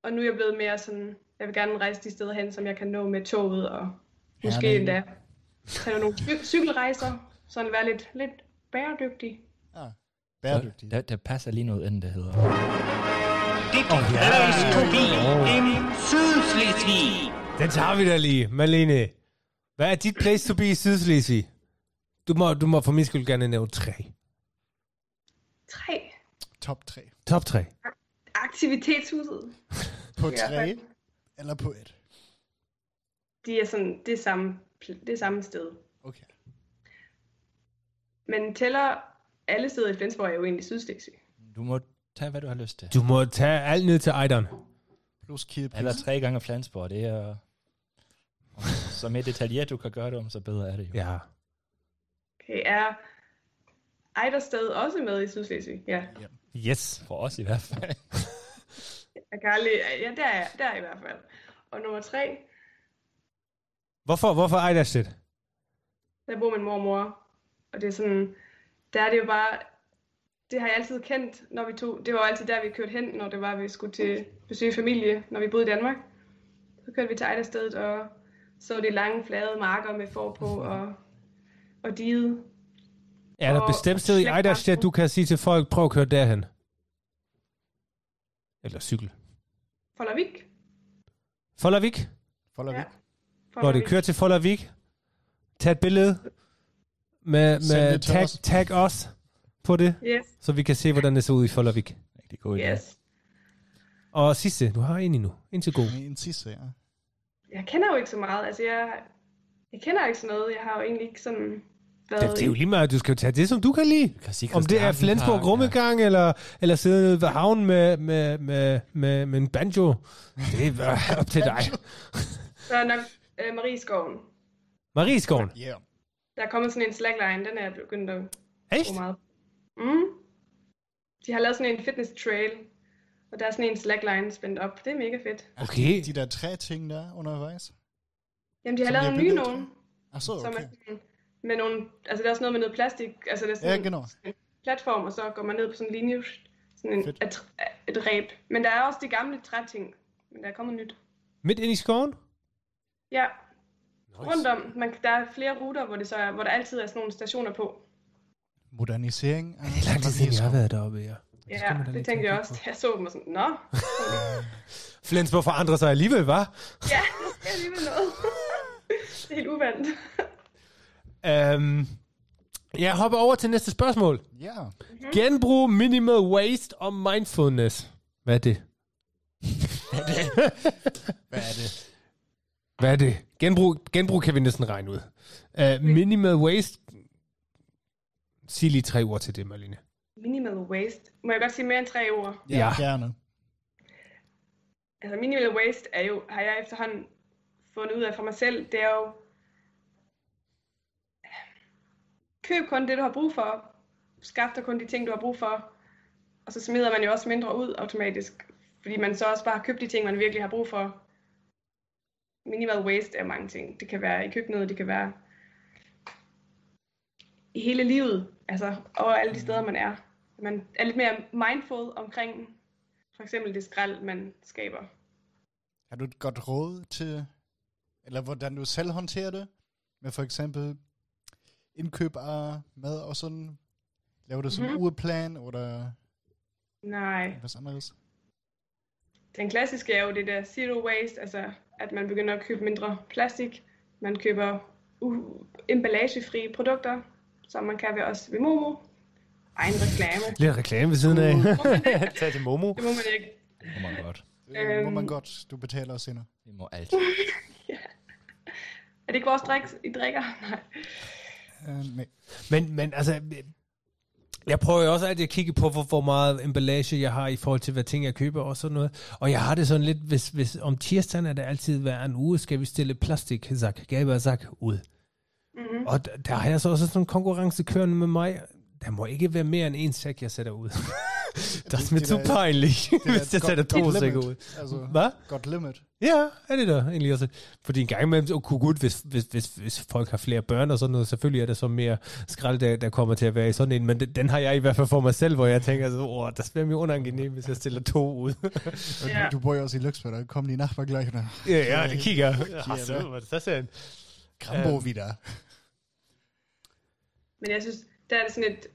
Og nu er jeg blevet mere sådan, jeg vil gerne rejse de steder hen, som jeg kan nå med toget og måske Herning. endda tage nogle cy- cykelrejser. Sådan være lidt, lidt bæredygtig. Ah, Der, bæredygtig. der, der passer lige noget ind, det hedder. Den tager vi da lige, Malene. Hvad er dit place to be i Sydslesvig? Du må, du må for min skyld gerne nævne tre. Tre. Top 3. Top tre. Aktivitetshuset. På Ja. 3 eller på 1? De er sådan det samme, pl- det samme sted. Okay. Men tæller alle steder i Flensborg er jo egentlig Sydslesvig. Du må tage, hvad du har lyst til. Du må tage alt ned til Ejderen. Plus Kielpris. Eller tre gange Flensborg, det er... Så mere detaljeret du kan gøre det om, så bedre er det jo. Ja. Okay, er Ejdersted også med i Sydslesvig? Ja, Yes. For os i hvert fald. jeg kan aldrig, ja der, er, der er i hvert fald. Og nummer tre, Hvorfor, hvorfor Ejderstedt? der bor min mormor. Og det er sådan, der er det jo bare, det har jeg altid kendt, når vi tog, det var jo altid der, vi kørte hen, når det var, vi skulle til besøge familie, når vi boede i Danmark. Så kørte vi til Ejderstedet og så de lange, flade marker med får på og, og diget. Er der Og- bestemt sted i Slægt- Ejderstedt, du kan sige til folk, prøv at køre derhen? Eller cykel. Foldervik. Foldervik? Foldervik. Ja, Når det kører til Foldervik, tag et billede med, Send med det til tag, os. tag os på det, Yes, så vi kan se, hvordan det ser ud i Foldervik. Rigtig god idé. yes. Og sidste, du har en endnu. En til god. Ja. En sidste, ja. jeg kender jo ikke så meget. Altså, jeg, jeg kender ikke sådan noget. Jeg har jo egentlig ikke sådan været... Det, det er jo lige meget, du skal jo tage det, som du kan lide. Christi Om det er Christiansen Flensborg Park, Rummegang, eller, eller sidde nede ved havnen med, med, med, med, med en banjo, det er øh, op til dig. Så er nok øh, Marieskoven. Marieskoven. Yeah. Der er kommet sådan en slackline, den er jeg begyndt at Echt? bruge meget. Mm. De har lavet sådan en fitness trail, og der er sådan en slackline spændt op. Det er mega fedt. Okay. De der tre ting, der er undervejs. Jamen, de har Som de lavet har en ny bygget, nogen, Achso, som er okay. sådan med nogle... Altså, der er sådan noget med noget plastik. Altså, der er sådan Ja, genau. en platform, og så går man ned på sådan en linje, sådan en, Fedt. et, et ræb. Men der er også de gamle træting, men der er kommet nyt. Midt ind i skoven? Ja, rundt om. Man, der er flere ruter, hvor, det så er, hvor der altid er sådan nogle stationer på. Modernisering. af Det er lang tid siden, jeg har været deroppe, ja. skal Ja, man da det, lige tænkte tænke jeg også. da Jeg så dem og sådan, nå, Flensborg forandrer sig alligevel, var? ja, nu skal jeg alligevel noget. det er helt uvandt. Øhm, jeg hopper over til næste spørgsmål. Mhm. Ja. Genbrug, minimal waste og mindfulness. Hvad er det? Hvad er det? Hvad er det? Genbrug, genbrug kan vi næsten regne ud. Uh, Mm. minimal waste. Sig lige tre ord til det, Marlene. Minimal waste. Må jeg godt sige mere end tre ord? Ja, Ja. ja. gerne. Altså minimal waste er jo, har jeg efterhånden fundet ud af for mig selv, det er jo, køb kun det, du har brug for, skaf dig kun de ting, du har brug for, og så smider man jo også mindre ud automatisk, fordi man så også bare har købt de ting, man virkelig har brug for. Minimal waste er mange ting. Det kan være i køkkenet, det kan være i hele livet, altså over alle de steder, man er. Man er lidt mere mindful omkring for eksempel det skrald, man skaber. Har du et godt råd til, eller hvordan du selv håndterer det? Med for eksempel indkøb af mad og sådan? Laver du sådan en Mhm. ureplan, eller Nej. hvad anderes? Den klassiske er jo det der zero waste, altså at man begynder at købe mindre plastik. Man køber u- emballagefrie produkter, som man kan ved os ved Momo. Egen reklame. Lidt reklame ved siden af. Må man ikke? Tag til Momo. Det må man ikke. Det må man godt. Det må man Øhm. godt. Oh Du betaler os senere. Vi må alt. Er det ikke vores drik, I drikker? Nej. Uh, nej. Men, men altså, jeg prøver jo også altid at kigge på, hvor, hvor meget emballage jeg har i forhold til, hvad ting jeg køber og sådan noget. Og jeg har det sådan lidt, hvis, hvis om tirsdagen er det altid hver en uge, skal vi stille plastiksak, gabersak ud. Mm-hmm. Og d- der har jeg så også sådan en konkurrence kørende med mig. Der må ikke være mere end en sæk, jeg sætter ud. der er Det- mit det så er- pejligt, er hvis et jeg godt- sætter to godt sækker ud. limit. Altså, Hvad? godt limit. Ja, er det der egentlig også. Fordi en gang imellem, oh, gud, hvis, hvis, hvis, hvis folk har flere børn og sådan noget, selvfølgelig er der så mere skrald, der, der kommer til at være i sådan en, men den, den har jeg i hvert fald for mig selv, hvor jeg tænker, så, åh, det bliver mere unangenemt, hvis jeg stiller to ud. Ja. Du bor jo også i Luxembourg, der kom lige nachbar gleich nach. ja, ja, det kigger. Ja, så, hvad det så sagde Krambo wieder. Men jeg synes, der er det sådan et,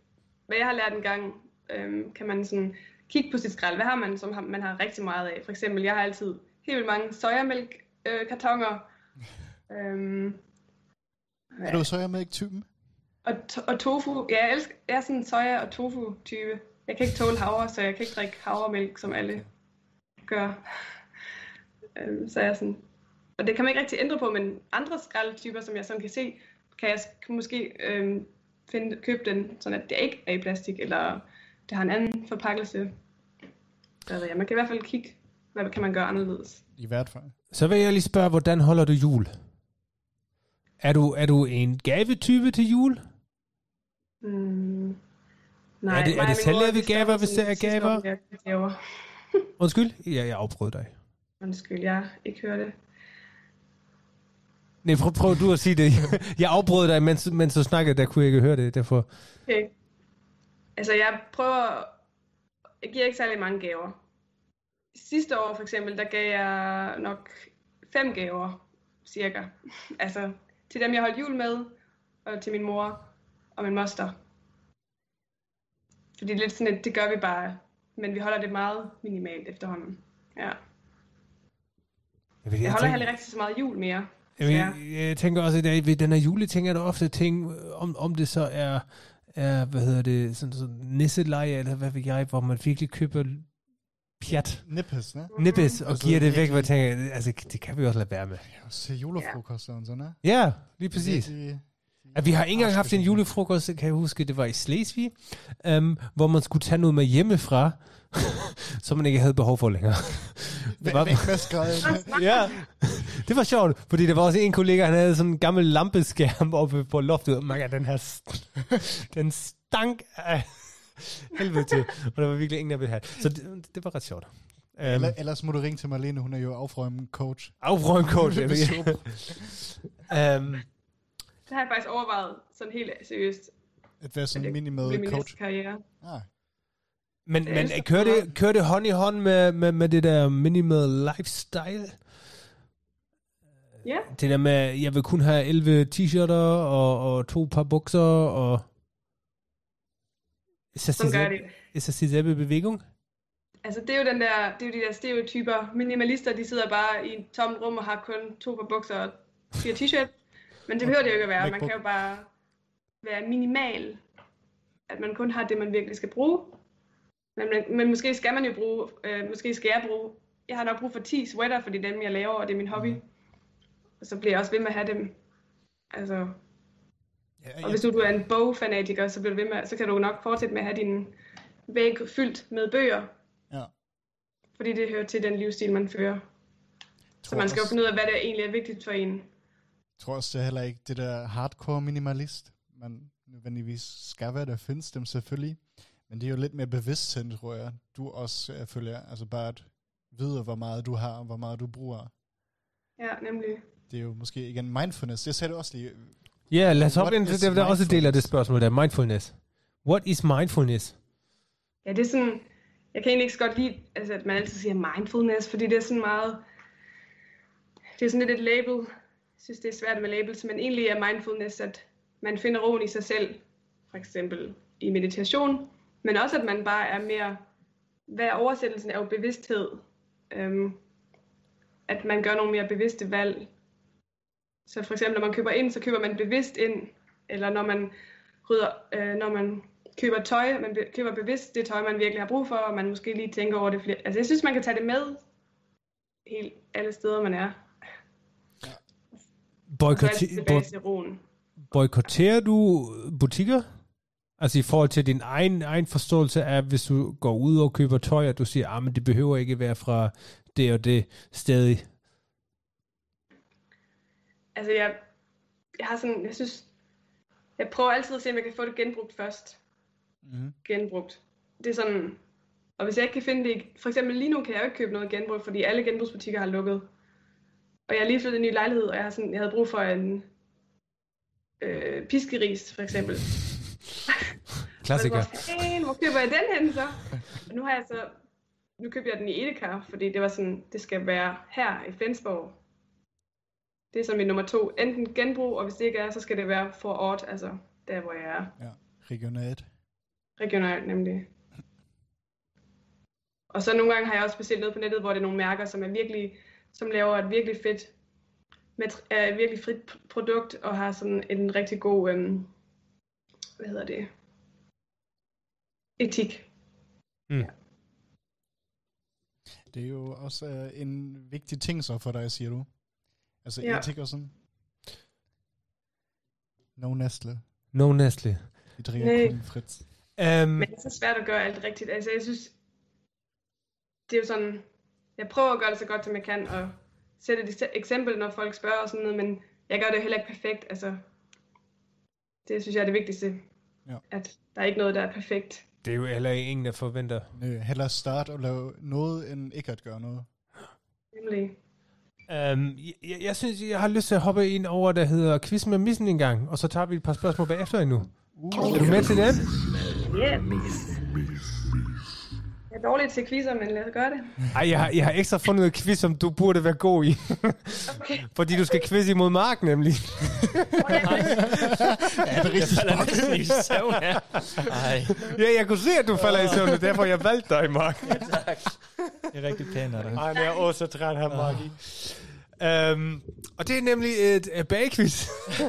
hvad jeg har lært en gang, øhm, kan man sådan kigge på sit skrald. Hvad har man, som har- man har rigtig meget af? For eksempel, jeg har altid helt vildt mange sojamælkkartonger. Øh, kartonger. øhm, Er du sojamælk-typen? Og, to- og tofu. Ja, jeg, elsker, jeg er sådan en soja- og tofu-type. Jeg kan ikke tåle havre, så jeg kan ikke drikke havremælk, som alle gør. Øhm, så er jeg sådan... Og det kan man ikke rigtig ændre på, men andre skraldtyper, som jeg sådan kan se, kan jeg s- måske øhm, finde, købe den, sådan at det ikke er i plastik, eller det har en anden forpakkelse. Hvad ved jeg. Man kan i hvert fald kigge, hvad kan man gøre anderledes. I hvert fald. Så vil jeg lige spørge, hvordan holder du jul? Er du, er du en gavetype til jul? Mm. Er det- er mig og det min selvlavede mor, vi gaver, startede hvis sådan det er sidste år, gaver? vi lavede gaver. Undskyld? Ja, jeg afbrød dig. Undskyld, jeg ikke hørte det. Nej, prøv, prøv du at sige det. Jeg afbrød dig, mens, mens du snakkede, der kunne jeg ikke høre det. Derfor. Okay. Altså, jeg prøver... Jeg giver ikke særlig mange gaver. Sidste år, for eksempel, der gav jeg nok fem gaver, cirka. Altså, til dem, jeg holdt jul med, og til min mor og min moster. Fordi det er lidt sådan, at det gør vi bare, men vi holder det meget minimalt efterhånden. Ja. ved, Jeg holder tænker- heller ikke rigtig så meget jul mere. Jamen, Ja. jeg, jeg tænker også i dag, ved den her juleting er der ofte ting, øh, om, om det så er, er hvad hedder det, sådan, sådan nisseleje, eller hvad ved jeg, hvor man virkelig køber pjat, Nippes, ne? nippes, og Altså, giver det væk, virkelig. hvor jeg tænker, altså, det kan vi også lade være med. Ja, se julefrokoster og sådan, ne? Ja, lige præcis. Virkelig- At vi har ikke engang haft en julefrokost, kan jeg huske, det var i Slesvig, øhm, hvor man skulle tage noget med hjemmefra, som man ikke havde behov for længere. Væk Hvad- væk med skralden. ja. Det var sjovt, fordi der var også en kollega, han havde sådan en gammel lampeskærm oppe på loftet, og man kan, den her, st- den stank af helvede til, og der var virkelig ingen, der ville have det. Så det, det var ret sjovt. Um, Eller- Ellers må du ringe til Marlene, hun er jo afrømmen coach. Afrøm coach. jeg ved- Super. Øhm, Det har jeg faktisk overvejet, sådan helt seriøst, At være sådan en minimad med min coach. næste karriere. Ah, men Jeg men elsker kører, det, meget. kører det hånd i hånd med, med, med det der minimal lifestyle? Ja. Det der med, jeg vil kun have 11 t-shirter og, og to par bukser og... Ist das, Sådan gør jeg dieselbe, det. ist das dieselbe Bewegung? Altså, det er jo, den der, det er jo de der stereotyper. Minimalister, de sidder bare i et tomt rum og har kun to par bukser og fire t-shirt. Men det behøver det jo ikke at være. Man kan jo bare være minimal. At man kun har det, man virkelig skal bruge. Men, men, men måske skal man jo bruge, øh, måske skal jeg bruge, jeg har nok brug for 10 sweater, fordi det er dem, jeg laver, og det er min hobby. Og så bliver jeg også ved med at have dem. Altså, ja, og hvis nu du er en bogfanatiker, så, bliver du ved med, så kan du nok fortsætte med at have din væg fyldt med bøger, ja. fordi det hører til den livsstil, man fører. Så Tror man skal jo også- finde ud af, hvad der egentlig er vigtigt for en. tror også, det er heller ikke det der hardcore minimalist, man nødvendigvis skal være. Der findes dem selvfølgelig. Men det er jo lidt mere bevidsthed, tror jeg. Du også øh, følger, altså bare at vide, hvor meget du har, og hvor meget du bruger. Ja, nemlig. Det er jo måske igen mindfulness. Jeg sagde det også lige. Ja, yeah, lad os What hoppe ind. is Det er også en del af det mindfulness? spørgsmål der. Mindfulness. What is mindfulness? Ja, det er sådan, jeg kan egentlig ikke så godt lide, altså, at man altid siger mindfulness, fordi det er sådan meget, det er sådan lidt et label. Jeg synes, det er svært med labels, men egentlig er mindfulness, at man finder roen i sig selv, for eksempel i meditation, men også at man bare er mere, hvad er oversættelsen er jo bevidsthed, øhm, at man gør nogle mere bevidste valg. Så for eksempel, når man køber ind, så køber man bevidst ind, eller når man rydder, øh, når man køber tøj, man be- køber bevidst det tøj, man virkelig har brug for, og man måske lige tænker over det flere. Altså jeg synes, man kan tage det med helt alle steder, man er. Så er det Boykotter, tilbage til roen. boykotterer du butikker? Altså i forhold til din egen, egen forståelse af, hvis du går ud og køber tøj, at du siger, at ah, det behøver ikke være fra det og det sted. Altså, jeg, jeg har sådan, jeg synes, jeg prøver altid at se, om jeg kan få det genbrugt først. Mhm. Genbrugt. Det er sådan, og hvis jeg ikke kan finde det, i- for eksempel lige nu kan jeg jo ikke købe noget genbrugt, fordi alle genbrugsbutikker har lukket. Og jeg er lige flyttet i en ny lejlighed, og jeg, har sådan, jeg havde brug for en øh, piskeris, for eksempel. Klassiker. Og det var, "Fan, hvor køber jeg den hen så? Og nu har jeg så, nu køber jeg den i Edeka, fordi det var sådan, det skal være her i Flensborg. Det er så min nummer to. Enten genbrug, og hvis det ikke er, så skal det være for ort, altså der, hvor jeg er Ja, regionalt. regionalt nemlig. Og så nogle gange har jeg også bestilt noget på nettet, hvor det er nogle mærker, som er virkelig, som laver et virkelig fedt, matri- er et virkelig frit p- produkt, og har sådan en rigtig god, øhm, hvad hedder det, etik. Det er jo også øh, en vigtig ting så for dig, siger du. Altså ja. Ja. etik og sådan. No Nestle. No Nestle. Vi drikker Nej. kun Fritz. Um, Men det er så svært at gøre alt rigtigt. Altså, jeg synes, det er jo sådan, jeg prøver at gøre det så godt, som jeg kan, og sætte et eksempel, når folk spørger og sådan noget, men jeg gør det jo heller ikke perfekt. Altså, det synes jeg er det vigtigste. Ja. At der er ikke noget, der er perfekt. det er jo heller ingen, der forventer. Nø, hellere starte og lave noget, end ikke at gøre noget. Nemlig. Um, jeg, jeg, synes, jeg har lyst til at hoppe ind over, der hedder Quiz med Missen en gang, og så tager vi et par spørgsmål bagefter endnu. Uh. Er du med til den? Jeg er dårlig til quizzer, men lad os gøre det. Ej, jeg har, jeg har ekstra fundet noget quiz, som du burde være god i. Okay. Fordi du skal quizze imod Mark, nemlig. Er det rigtigt? falder næsten i søvn her. Ej, Ja, jeg kunne se, at du falder i søvn, det er derfor jeg valgte dig, Mark. det er rigtig pænt af dig. Ej, jeg er også så træt her, Mark. Øhm, og det er nemlig et, et bagquiz. Åh,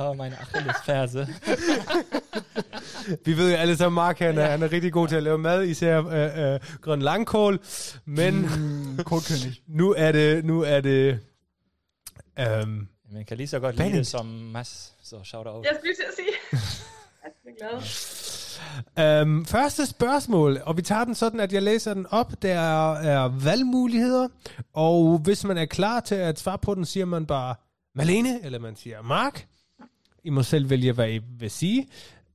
oh, min achillesferse. Vi ved jo alle sammen, Mark han er, han er rigtig god til at lave mad, især øh, øh, grøn langkål. Men Mm, Kortkönig. nu er det... Nu er det øhm, Man kan lige så godt Bennett. lide det som Mads, så shout out. Jeg skulle lige til at sige. Jeg er glad. øhm, første spørgsmål, og vi tager den sådan, at jeg læser den op. Der er, er valgmuligheder, og hvis man er klar til at svare på den, siger man bare Malene, eller man siger Mark. I må selv vælge, hvad I vil sige.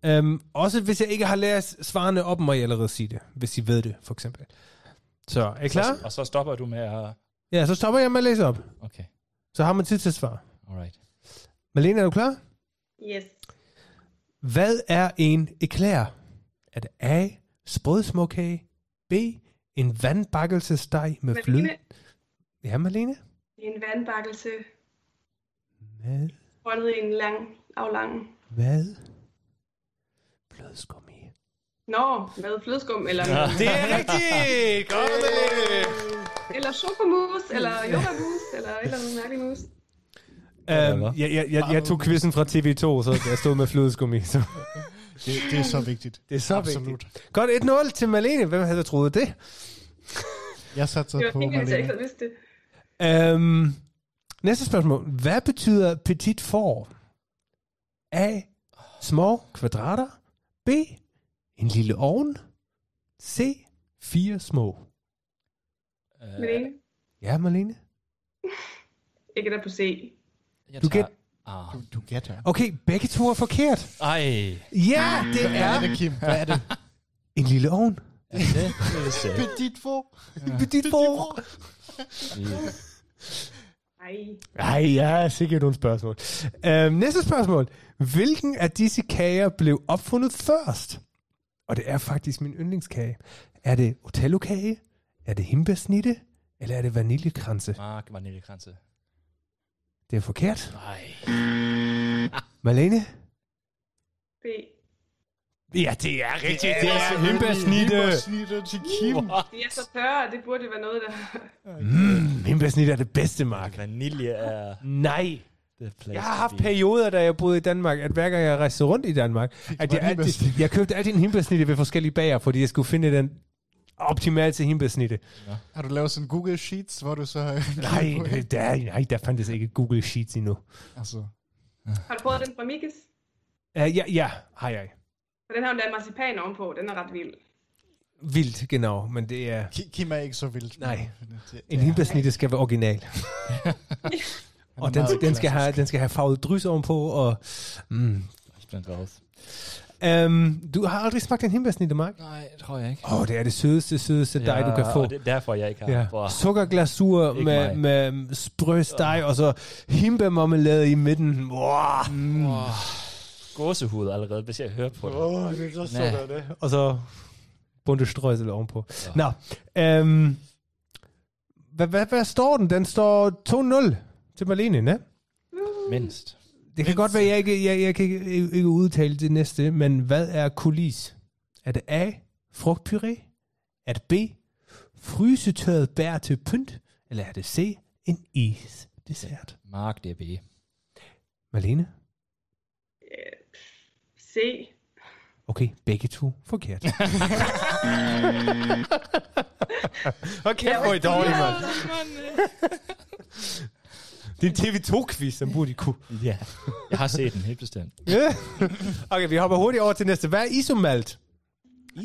Øhm, også hvis jeg ikke har læst svarene op, må I allerede sige det, hvis I ved det, for eksempel. Så er I klar? Og så stopper du med at... Ja, så stopper jeg med at læse op. Okay, Så har man tid til at svare. alright. Malene, er du klar? Yes. Hvad er en eklærer? Er det A. Sprødsmokkage? B. En vandbakkelsesteg med fløde? Malene, Ja, Malene. det er en vandbakkelse Med rundet i en lang, aflang. hvad? Blødskum i. Nå, med flødeskum, eller, Det er rigtigt! Godt, Malene! eller chokomus, eller yoghurtmus, eller et eller andet mærkeligt mus. Øhm, jeg, jeg, jeg, jeg tog quizzen fra TV2, så jeg stod med flødeskum i. Så. Det, det er så vigtigt. Det er så Absolut. Godt 1-0 til Malene. Hvem havde troet det? Jeg satser Det var på fint, hvis jeg ikke Malene. havde vidst det. Øhm, næste spørgsmål. Hvad betyder petit for? A. Små kvadrater. B. En lille ovn. C. Fire små. Øh, Malene, Ja, Marlene. ikke der på C. jeg Du tager... kan- Ah. Du, du gætter. Okay, begge to er forkert. Ej, Ja, det er Hvad er det, Kim? Hvad er det? en lille ovn. er det det? vidste jeg ikke. Petit for. Petit for. Nej. Ej, ja, sikkert nogle spørgsmål. Øhm, næste spørgsmål. Hvilken af disse kager blev opfundet først? Og det er faktisk min yndlingskage. Er det otellokage? Er det himbærsnitte? Eller er det vaniljekranse? Mark Vaniljekranse. Det er forkert. Nej. Marlene? B. Ja, det er rigtigt. Det er himbeersnitte. Himbeersnitte til Kim. De er så tørre, og det burde være noget, der... Mm, himbeersnitte er det bedste, Mark. Vanilje er Nej. the place Jeg har to haft be. perioder, da jeg boede i Danmark, at hver gang jeg rejste rundt i Danmark, at du jeg, en altid, himbeersnitte? jeg købte altid en himbeersnitte ved forskellige bager, fordi jeg skulle finde den optimale til himbeersnitte. Har du lavet sådan Google Sheets, hvor du så... Nej, der, nej, der fandtes ikke Google Sheets endnu. altså, Har du prøvet den fra Mikis? Uh, ja, ja, har jeg. Og den har hun lavet marcipan ovenpå. Den er ret vild. Vildt, genau, men det er... Ki- Kim er ikke så vild. Nej. Det- En ja. himbeersnitte skal være original. Han er Og den, meget den, skal klassisk. have, den skal have farvet drys ovenpå, og... Mm. Blandt andet. Um, du har aldrig smagt en himbeersnitte, Mark? Nej, det tror jeg ikke. Åh, oh, det er det sødeste, sødeste dej, du kan få. og Det er derfor, jeg ikke har. Ja. Hvor- Sukkerglasur Ikke med, med sprøsteg, og så himbeermarmelade i midten. Wow. Åh, gåsehud allerede, hvis jeg hører på det. Åh, det er så Næh. sukker, det. Og så bunte strøsel ovenpå. Nå, øhm, hvad, hvad, hvad står den? Den står 2-0 til Marlene, ne? Mindst. Det kan godt være, jeg ikke, jeg, jeg kan ikke, ikke- ikke udtale det næste, men hvad er kulis? Er det A, frugtpuré? Er det B, frysetørret bær til pynt? Eller er det C, en isdessert? Mark DB. Marlene? C. Okay, begge to forkert. okay, hvor er I dårlige, mand. Det er en TV2-quiz, som burde I kunne. Ja, jeg har set den, helt bestemt. Ja. okay, vi hopper hurtigt over til næste. Hvad er isomalt?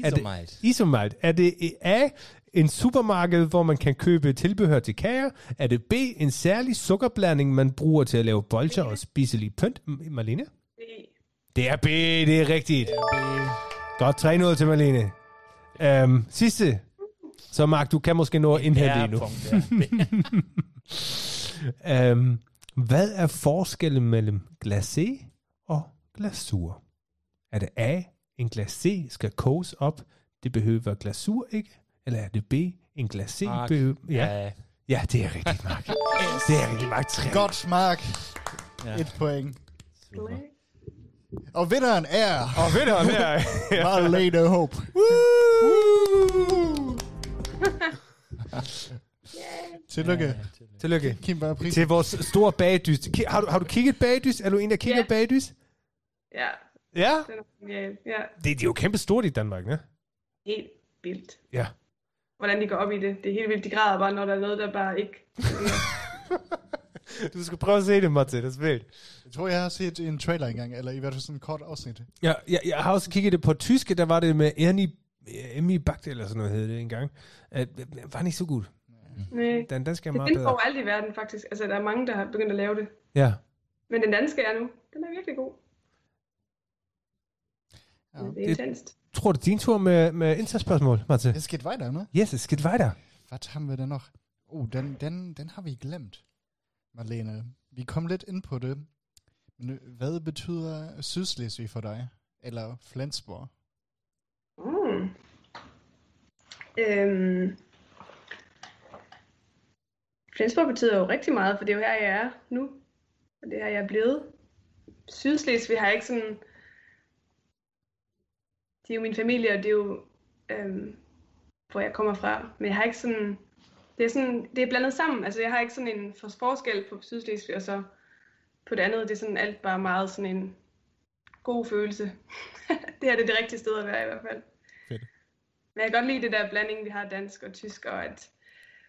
Isomalt. Isomalt. Er det A, en supermarked, hvor man kan købe tilbehør til kager? Er det B, en særlig sukkerblanding, man bruger til at lave bolcher og spiselig pynt? M- Marlene? B. Det er B, det er rigtigt. Godt 3-0 til Marlene. Øhm, sidste. Så Mark, du kan måske nå at indhente det endnu. punkt, ja. Øhm, hvad er forskellen mellem glacé og glasur? Er det A, en glacé skal koges op, det behøver glasur ikke? Eller er det B, en glacé Mark. behøver... Ja. Ja. ja, det er rigtigt, Mark. Det er rigtigt, Mark. Tre. Godt, Mark. Ja. Et point. Super. Og vinderen er... Og ved du, det er... Marlene Hope. Tillykke. Tillykke. Kim var pris. Til vores store bagdyst. Ki- Har du, har du kigget bagdyst? Er du en, der kigger Ja. bagdyst? Ja, Ja. den er genial. Ja, Det, det er jo kæmpe stort i Danmark, ne? helt vildt. Ja. Hvordan de går op i det. Det er helt vildt. De græder bare, når der er noget, der bare ikke... Du skal prøve at se det, Martin. Det er vildt. Jeg tror, jeg har set en trailer engang, eller i hvert fald sådan en kort afsnit. Ja, jeg, jeg har også kigget det på tyske, der var det med Ernie, Emmy Bagte, eller sådan noget hed det engang. At, øh, var den ikke så god. Nej. Den danske Mm. er Det meget findes bedre. overalt i verden, faktisk. Altså, der er mange, der har begyndt at lave det. Ja. Men den danske er nu. Den er virkelig god. Ja. Ja, det er Det- intenst. Tror du, det er din tur med, med indsatsspørgsmål, Martin? Det skal weiter, ne? Yes, es geht weiter. Was haben wir denn noch? Oh, den, den, den har vi glemt, Marlene. Vi kom lidt ind på det. Men øh, hvad betyder Sydslesvig for dig? Eller Flensborg? Mm. Øhm. Flensborg betyder jo rigtig meget, for det er jo her, jeg er nu. Og det er her, jeg er blevet. Sydslesvig har jeg ikke sådan... Det er jo min familie, og det er jo, øhm, hvor jeg kommer fra. Men jeg har ikke sådan... Det er, sådan, det er blandet sammen. Altså, jeg har ikke sådan en forskel på Sydslesvig og så på det andet. Det er sådan alt bare meget sådan en god følelse. det her det er det rigtige sted at være i hvert fald. Men jeg kan godt lide det der blanding, vi har dansk og tysk. Og at,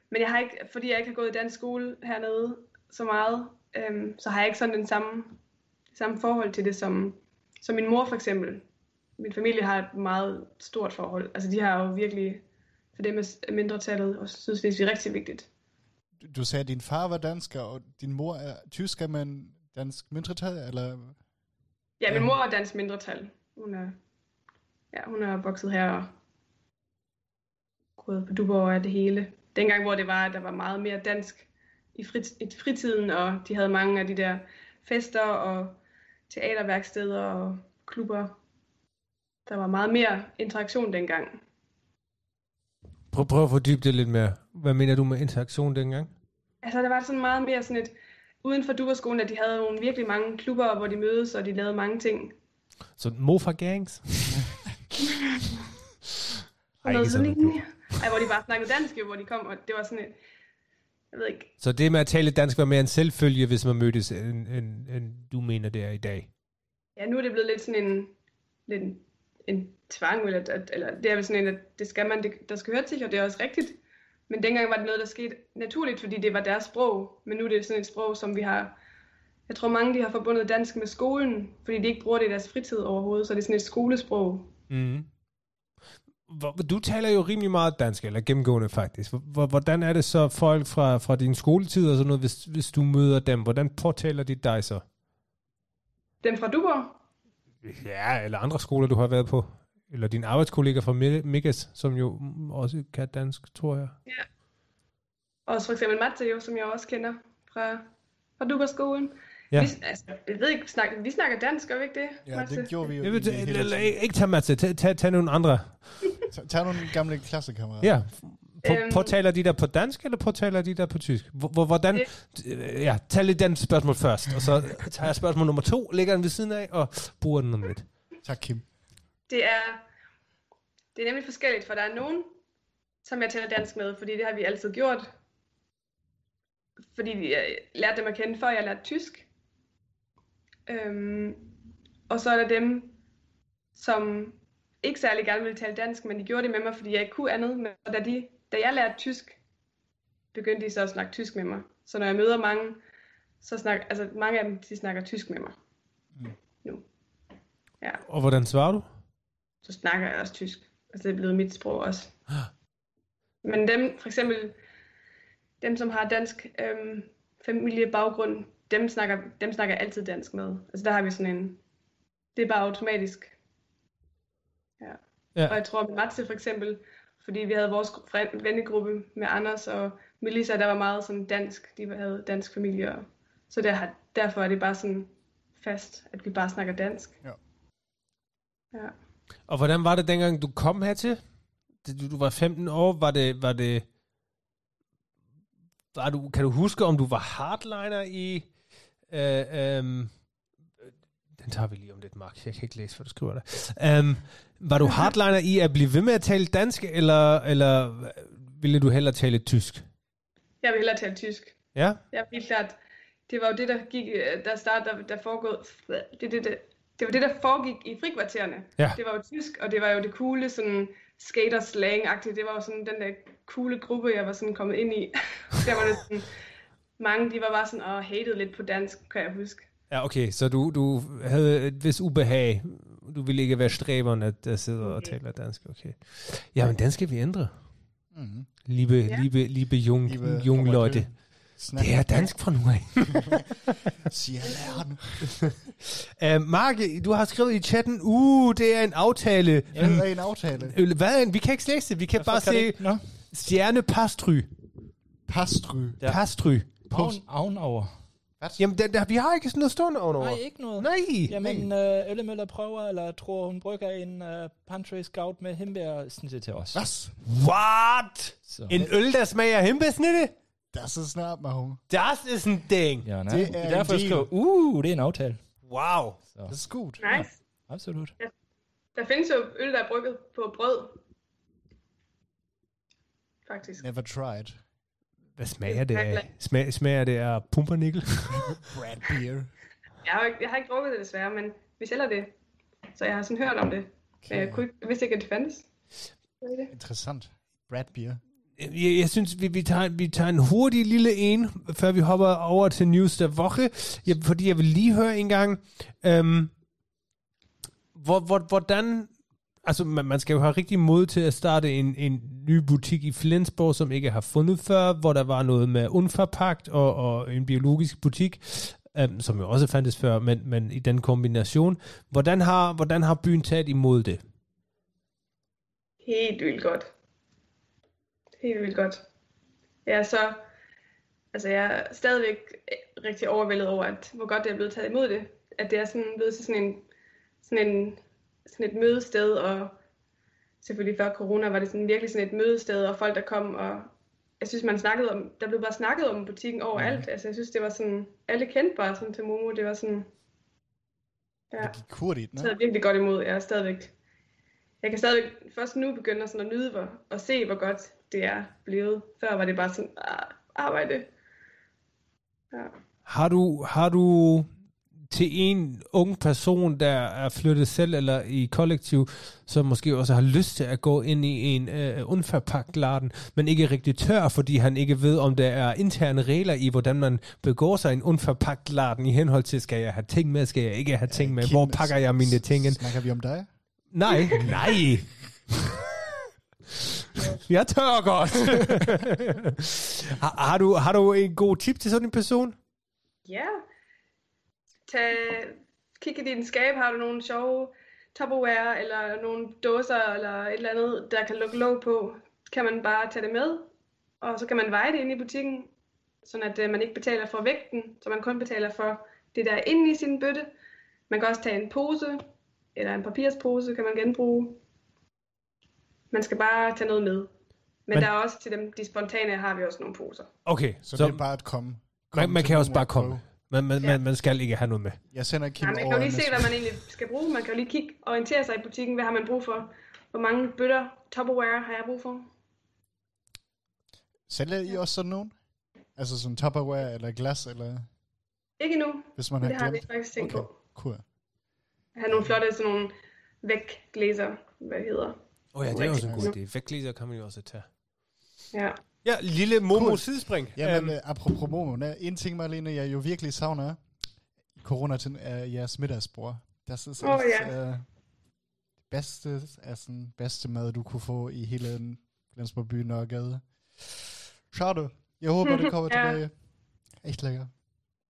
men jeg har ikke, fordi jeg ikke har gået i dansk skole hernede så meget, øhm, så har jeg ikke sådan den samme, samme forhold til det som, som min mor for eksempel. Min familie har et meget stort forhold. Altså de har jo virkelig, for dem er mindretallet og Sydslesvig rigtig vigtigt. Du- Du sagde, at din far var dansker, og din mor er tysker, men dansk mindretal, eller? Ja, min mor er dansk mindretal. Hun er, ja, hun er vokset her og gået på Duborg af det hele. Dengang, hvor det var, at der var meget mere dansk i, frit, i fritiden, og de havde mange af de der fester og teaterværksteder og klubber. Der var meget mere interaktion dengang. Prøv, prøv at fordybe det lidt mere. Hvad mener du med interaktion dengang? Altså, der var sådan meget mere sådan et, uden for Duerskolen, at de havde nogle virkelig mange klubber, hvor de mødes, og de lavede mange ting. Så Mofa Gangs? Ej, noget sådan lignende. Ej, hvor de bare snakkede dansk, jo, hvor de kom, og det var sådan et... Jeg ved ikke. Så det med at tale dansk var mere en selvfølge, hvis man mødtes, end, end, end du mener det er i dag. Ja, nu er det blevet lidt sådan en... Lidt en, en tvang, eller, at, eller det er vel sådan en, at det skal man, det, der skal høre til, og det er også rigtigt. Men dengang var det noget, der skete naturligt, fordi det var deres sprog. Men nu er det sådan et sprog, som vi har... Jeg tror, mange de har forbundet dansk med skolen, fordi de ikke bruger det i deres fritid overhovedet, så det er sådan et skolesprog. Mm. Hvor- Du taler jo rimelig meget dansk, eller gennemgående faktisk. Hvor- hvor- Hvordan er det så folk fra, fra din skoletid og sådan noget, hvis, hvis du møder dem? Hvordan påtaler de dig så? Dem fra Duborg, Ja, eller andre skoler, du har været på. Eller din arbejdskollega fra Mi- Mikkes, som jo mm, også kan dansk, tror jeg. Også for eksempel Matteo, som jeg også kender fra, fra Duberskolen. Ja. Ja. Vi, altså, jeg ved ikke, snak, vi snakker dansk, gør vi ikke det, Ja, Matte? det gjorde vi jo. Jeg ved, egentlig hele eller, tiden. ikke tage Matze, tag, tag, tag nogle andre. Tag- Tag nogle gamle klassekammerater. Ja. På, Øhm. påtaler de der på dansk, eller påtaler de der på tysk? Hvor, hvor- hvordan? Øh, Ja, tag lidt den spørgsmål først, og så tager jeg spørgsmål nummer to, lægger den ved siden af, og bruger den om lidt. Tak, Kim. Det er, det er nemlig forskelligt, for der er nogen, som jeg taler dansk med, fordi det har vi altid gjort. Fordi jeg lærte dem at kende, før jeg lærte tysk. Øhm, og så er der dem, som ikke særlig gerne ville tale dansk, men de gjorde det med mig, fordi jeg ikke kunne andet. Men da, de, da jeg lærte tysk, begyndte de så at snakke tysk med mig. Så når jeg møder mange, så snakker, altså mange af dem, de snakker tysk med mig. Nu. Ja Og hvordan svarer du? så snakker jeg også tysk. Altså det er blevet mit sprog også. Men dem, for eksempel, dem som har dansk øhm, familiebaggrund, dem snakker, dem snakker jeg altid dansk med. Altså der har vi sådan en, det er bare automatisk. Ja. Ja. ja. Og jeg tror med Matze for eksempel, fordi vi havde vores gru- fre- vennegruppe med Anders og Melissa, der var meget sådan dansk, de havde dansk familie. Og, så der har, derfor er det bare sådan fast, at vi bare snakker dansk. Ja. Ja. Og hvordan var det dengang, du kom hertil? Det- Du, du var 15 år, var det, var det, var du, kan du huske, om du var hardliner i, øh, øhm, den tager vi lige om lidt, Mark. Jeg kan ikke læse, hvad du skriver der. Um, var du hardliner i at blive ved med at tale dansk, eller, eller ville du hellere tale tysk? Jeg vil hellere tale tysk. Ja? Ja, helt klart. Det var jo det, der gik, øh, der start, der, der foregå, det, det, det, det var det, der foregik i frikvartererne. Ja. Det var jo tysk, og det var jo det coole, sådan skater slang -agtigt. Det var jo sådan den der coole gruppe, jeg var sådan kommet ind i. der var det sådan, mange, de var bare sådan, og hated lidt på dansk, kan jeg huske. Ja, okay, så du, du havde et vis ubehag. Du ville ikke være stræberen, at der sidder og taler dansk, okay. Ja, men den skal vi ændre. Mhm. Liebe, liebe, liebe, jung, Liebe junge Leute. Snak. Det er dansk fra nu af. Siger læreren. uh, Mark, du har skrevet i chatten, uh, det er en aftale. Jeg hedder en aftale. Øh, Hvad er en? Vi kan ikke læse det. Vi kan bare kan se det- Nå, stjerne pastry. Pastry. Ja. Ja. Pastry. oven, ovenover. Jamen, der, der, vi har ikke sådan noget stående ovenover. Nej, ikke noget. Nej. Jamen, øh, Øllemøller prøver, eller tror hun brygger en øh, pantry scout med himbær og snitte til os. Was? What? Så. En øl, der smager himbesnitte? Das ist snart, Mahom. Das is en ding. Ja, nej. Det Det er er, en derfor, jeg deal. skriver, uh, det er en aftale. Wow. Das ist gut. Nice. Absolut. Der findes jo øl, der er brygget på brød. Faktisk. Never tried. Hvad smager det Chocolate. af? Smager, smager det af pumpernickel? Brad beer. Jeg har, jo ikke, jeg har ikke drukket det desværre, men vi sælger det. Så jeg har sådan hørt om det. Men jeg, kunne ikke, jeg vidste ikke, at det fandtes. Ved I det? Interessant. Brad beer. Øh, Jeg, jeg synes, vi, vi, tager, vi tager en hurtig lille en, før vi hopper over til news der Woche. Jeg, fordi jeg vil lige høre en gang, øhm, hvor, hvor, hvordan... Altså, man, man skal jo have rigtig mod til at starte en, en ny butik i Flensborg, som ikke har fundet før, hvor der var noget med undforpagt og, og en biologisk butik, øhm, som jo også fandtes før, men, men i den kombination. Hvordan har, hvordan har byen taget imod det? Helt vildt godt. Helt vildt godt. Jeg er så... Altså, jeg er stadigvæk rigtig overvældet over, at, hvor godt det er blevet taget imod det. At det er sådan blevet til sådan en, sådan en sådan et mødested, og selvfølgelig før corona var det sådan virkelig sådan et mødested, og folk der kom, og jeg synes, man snakkede om, der blev bare snakket om butikken overalt. Altså, jeg synes, det var sådan, alle kendte bare sådan til Momo. Det var sådan, ja, Det gik hurtigt, jeg ne? taget virkelig godt imod. Jeg er stadigvæk, jeg kan stadigvæk først nu begynde sådan at nyde hvor, og se, hvor godt det er blevet. Før var det bare sådan, ah, arbejde. Ja. Har du, har du til en ung person, der er flyttet selv eller i kollektiv, som måske også har lyst til at gå ind i en øh, undforpagt laden, men ikke rigtig tør, fordi han ikke ved, om der er interne regler i, hvordan man begår sig i en undforpagt laden i henhold til, skal jeg have ting med, skal jeg ikke have ting med, Kim, hvor pakker jeg mine ting ind? Snakker vi om dig? Nej, nej. Jeg tør godt. har, har, du, har du en god tip til sådan en person? Ja. Tag, kig i din skab. Har du nogle sjove Tupperware, eller nogle dåser, eller et eller andet, der kan lukke låg på, kan man bare tage det med, og så kan man veje det ind i butikken, sådan at øh, man ikke betaler for vægten, så man kun betaler for det, der er inde i sin bøtte. Man kan også tage en pose, eller en papirspose, kan man genbruge. Man skal bare tage noget med. Men, Men- Men der er også til dem, de spontane har vi også nogle poser. Okay, Så, så det er bare at komme. Man, Komme man til kan også Momo bare og prøve. komme. Man, man, Ja. man, man skal ikke have noget med. Jeg sender Kim Nej, man kan jo over. lige en se, hvad man egentlig skal bruge. Man kan jo lige kigge og orientere sig i butikken. Hvad har man brug for? Hvor mange bøtter Tupperware har jeg brug for? masse- Sælger I også sådan nogen? Altså sådan Tupperware eller glas, eller Ikke endnu. hvis man men har Det har vi glemt? faktisk tænkt Okay. på. Cool. At have nogle flotte sådan nogle vægglæser, hvad det hedder. Åh oh, ja, det er også en god idé. Vægglæser kan man jo også tage. Ja. Ja, lille Momo Cool. sidespring. Jamen, Øhm, øhm. apropos Momo, ne? en ting, Marlene, jeg jo virkelig savner, er corona til er jeres middagsbror. Das ist Oh, echt, ja. øh, bedste, altså, bedste mad, du kunne få i hele Flensborg by Nørregade. Charlotte, jeg håber, det kommer Ja. tilbage. Echt lækker.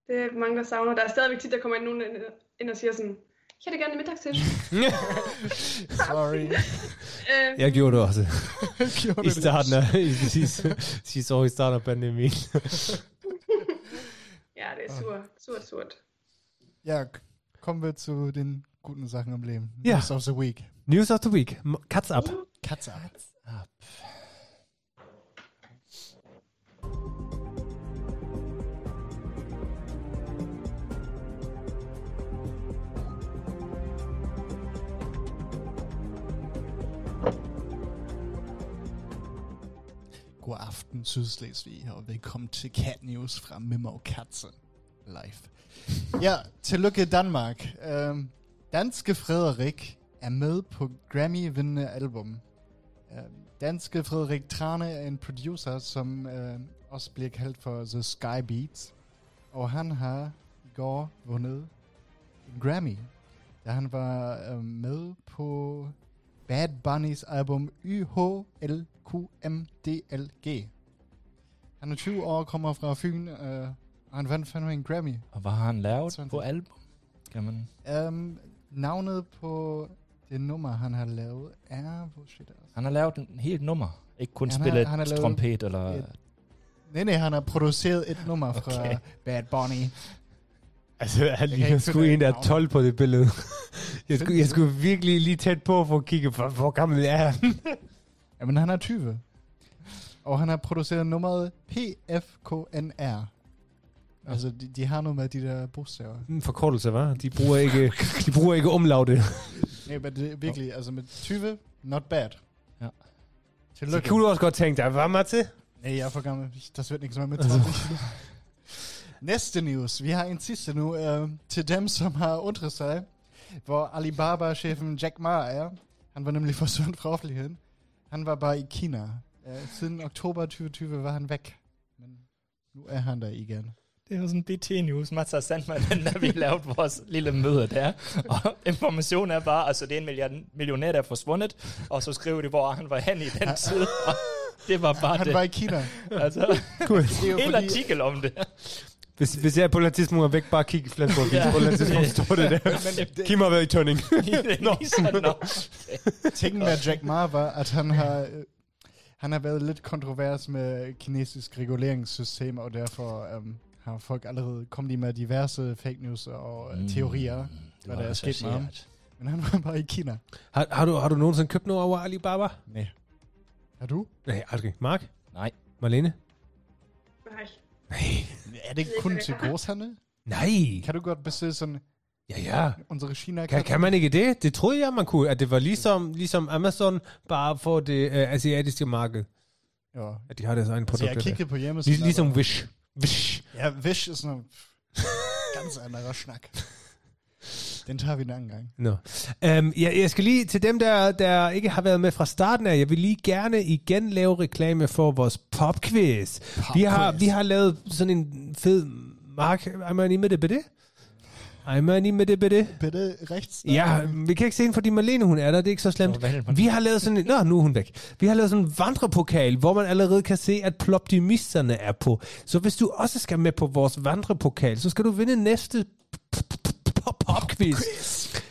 Det er mange, der savner. Der er stadigvæk tit, der kommer nogen ind- ind og siger sådan, jeg vil gerne en middagstind. øh, Sorry. øh, jeg gjorde det også. Gjorde I det. starten af, i, sidste, sidste år i starten af pandemien. ja, det er surt. Surt, surt. Ja, k- kommen wir zu den guten Sachen im Leben. Ja. News of the Week. News of the week. M- Cuts up. Katze ab. Ah. God aften, Sydslesvig, og velkommen til Cat News fra Mimmer Katze. Live. Ja, tillykke Danmark. Øhm, danske Frederik er med på Grammy-vindende album. Øhm, danske Frederik Trane er en producer, som øhm, også bliver kaldt for The Sky Beats. Og han har i går vundet en Grammy, da han var øhm, med på Bad Bunnies album YHLQMDLG. Han er 20 år, kommer fra Fyn, øh, og han vandt fandme en Grammy. Og hvad har han lavet Sådan. på album? Kan man... Um, navnet på det nummer, han har lavet, er... Hvor shit er det? Han har lavet en helt nummer. Ikke kun Han har- spille han har et lavet trompet eller... et- Nej, nej, han har produceret et nummer fra Okay. Bad Bunny. Altså, han kan ligner ikke sgu finde en, der er navnet. 12 på det billede. Jeg skulle, jeg skulle virkelig lige tæt på for at kigge, hvor, hvor gammel er han? Jamen, han er 20. Og han har produceret nummeret PFKNR. Altså, de, de har noget med de der bogstaver. En Mm, forkortelse, var. De bruger ikke, de bruger ikke omlaute. Nej, men det er virkelig, altså med 20, not bad. Ja. Så Tillykke. kunne du også godt tænke dig, hvad til? Nee, jeg er for gammel. Das wird nichts mehr mit 20. Næste news. Vi har en sidste nu øh, til dem, som har undret sig, hvor Alibaba-chefen Jack Ma er. Han var nemlig forsvundet fra offentligheden. Han var bare i Kina. Øh, siden oktober 2020 var han væk. Men nu er han der igen. Det var sådan BT-news. Mats har sendt mig den, da vi lavede vores lille møde der. Og informationen er bare, altså det er en million- millionær, der er forsvundet. Og så skriver de, hvor han var hen i den tid. Og det var bare Han det. var i Kina. Altså, Cool. Det er jo en fordi, artikel om det. Hvis, hvis jeg på et eller andet tidspunkt er væk, bare kig i Flensborg. Ja. ja. På et eller andet tidspunkt står det der. Kim har været i Tønning. Nå. Nå. Tingen med Jack Ma var, at han har, øh, han har været lidt kontrovers med kinesisk reguleringssystem, og derfor øhm, har folk allerede kommet i med diverse fake news og mm. teorier. Hvad der altså er sket med ham. Men han var bare i Kina. Har, har, du, har du nogensinde købt noget over Alibaba? Nej. Er du? Nej, aldrig. Mark? Nej. Marlene? Nej. Nej. Er det ikke kun til großhandel? Nej. Kan du godt bestille sådan Ja, ja. unsere china Kan, kan man ikke det? Det troede jeg, man kunne. At det var ligesom, ligesom Amazon, bare for det øh, asiatiske marked. Ja. At de har deres egne Så produkter. Altså, jeg kiggede på der. hjemmesiden. Lig, ligesom Wish. Wish. aber- Ja, Wish ist ein ganz anderer Schnack. Den tager vi en anden gang. No. Øhm, jeg, jeg skal lige til dem, der, der ikke har været med fra starten af, jeg vil lige gerne igen lave reklame for vores popquiz. Vi har, vi har lavet sådan en fed... Mark, er man i med det, bitte? Er man i med det, bitte? Bitte rechts. Ja, vi kan ikke se hende, fordi Malene hun er der, det er ikke så slemt. Nå, hvad er det, man- Vi har lavet sådan en, nå, nu er hun væk. Vi har lavet sådan en vandrepokal, hvor man allerede kan se, at ploptimisterne er på. Så hvis du også skal med på vores vandrepokal, så skal du vinde næste p- p- p- p- popquiz,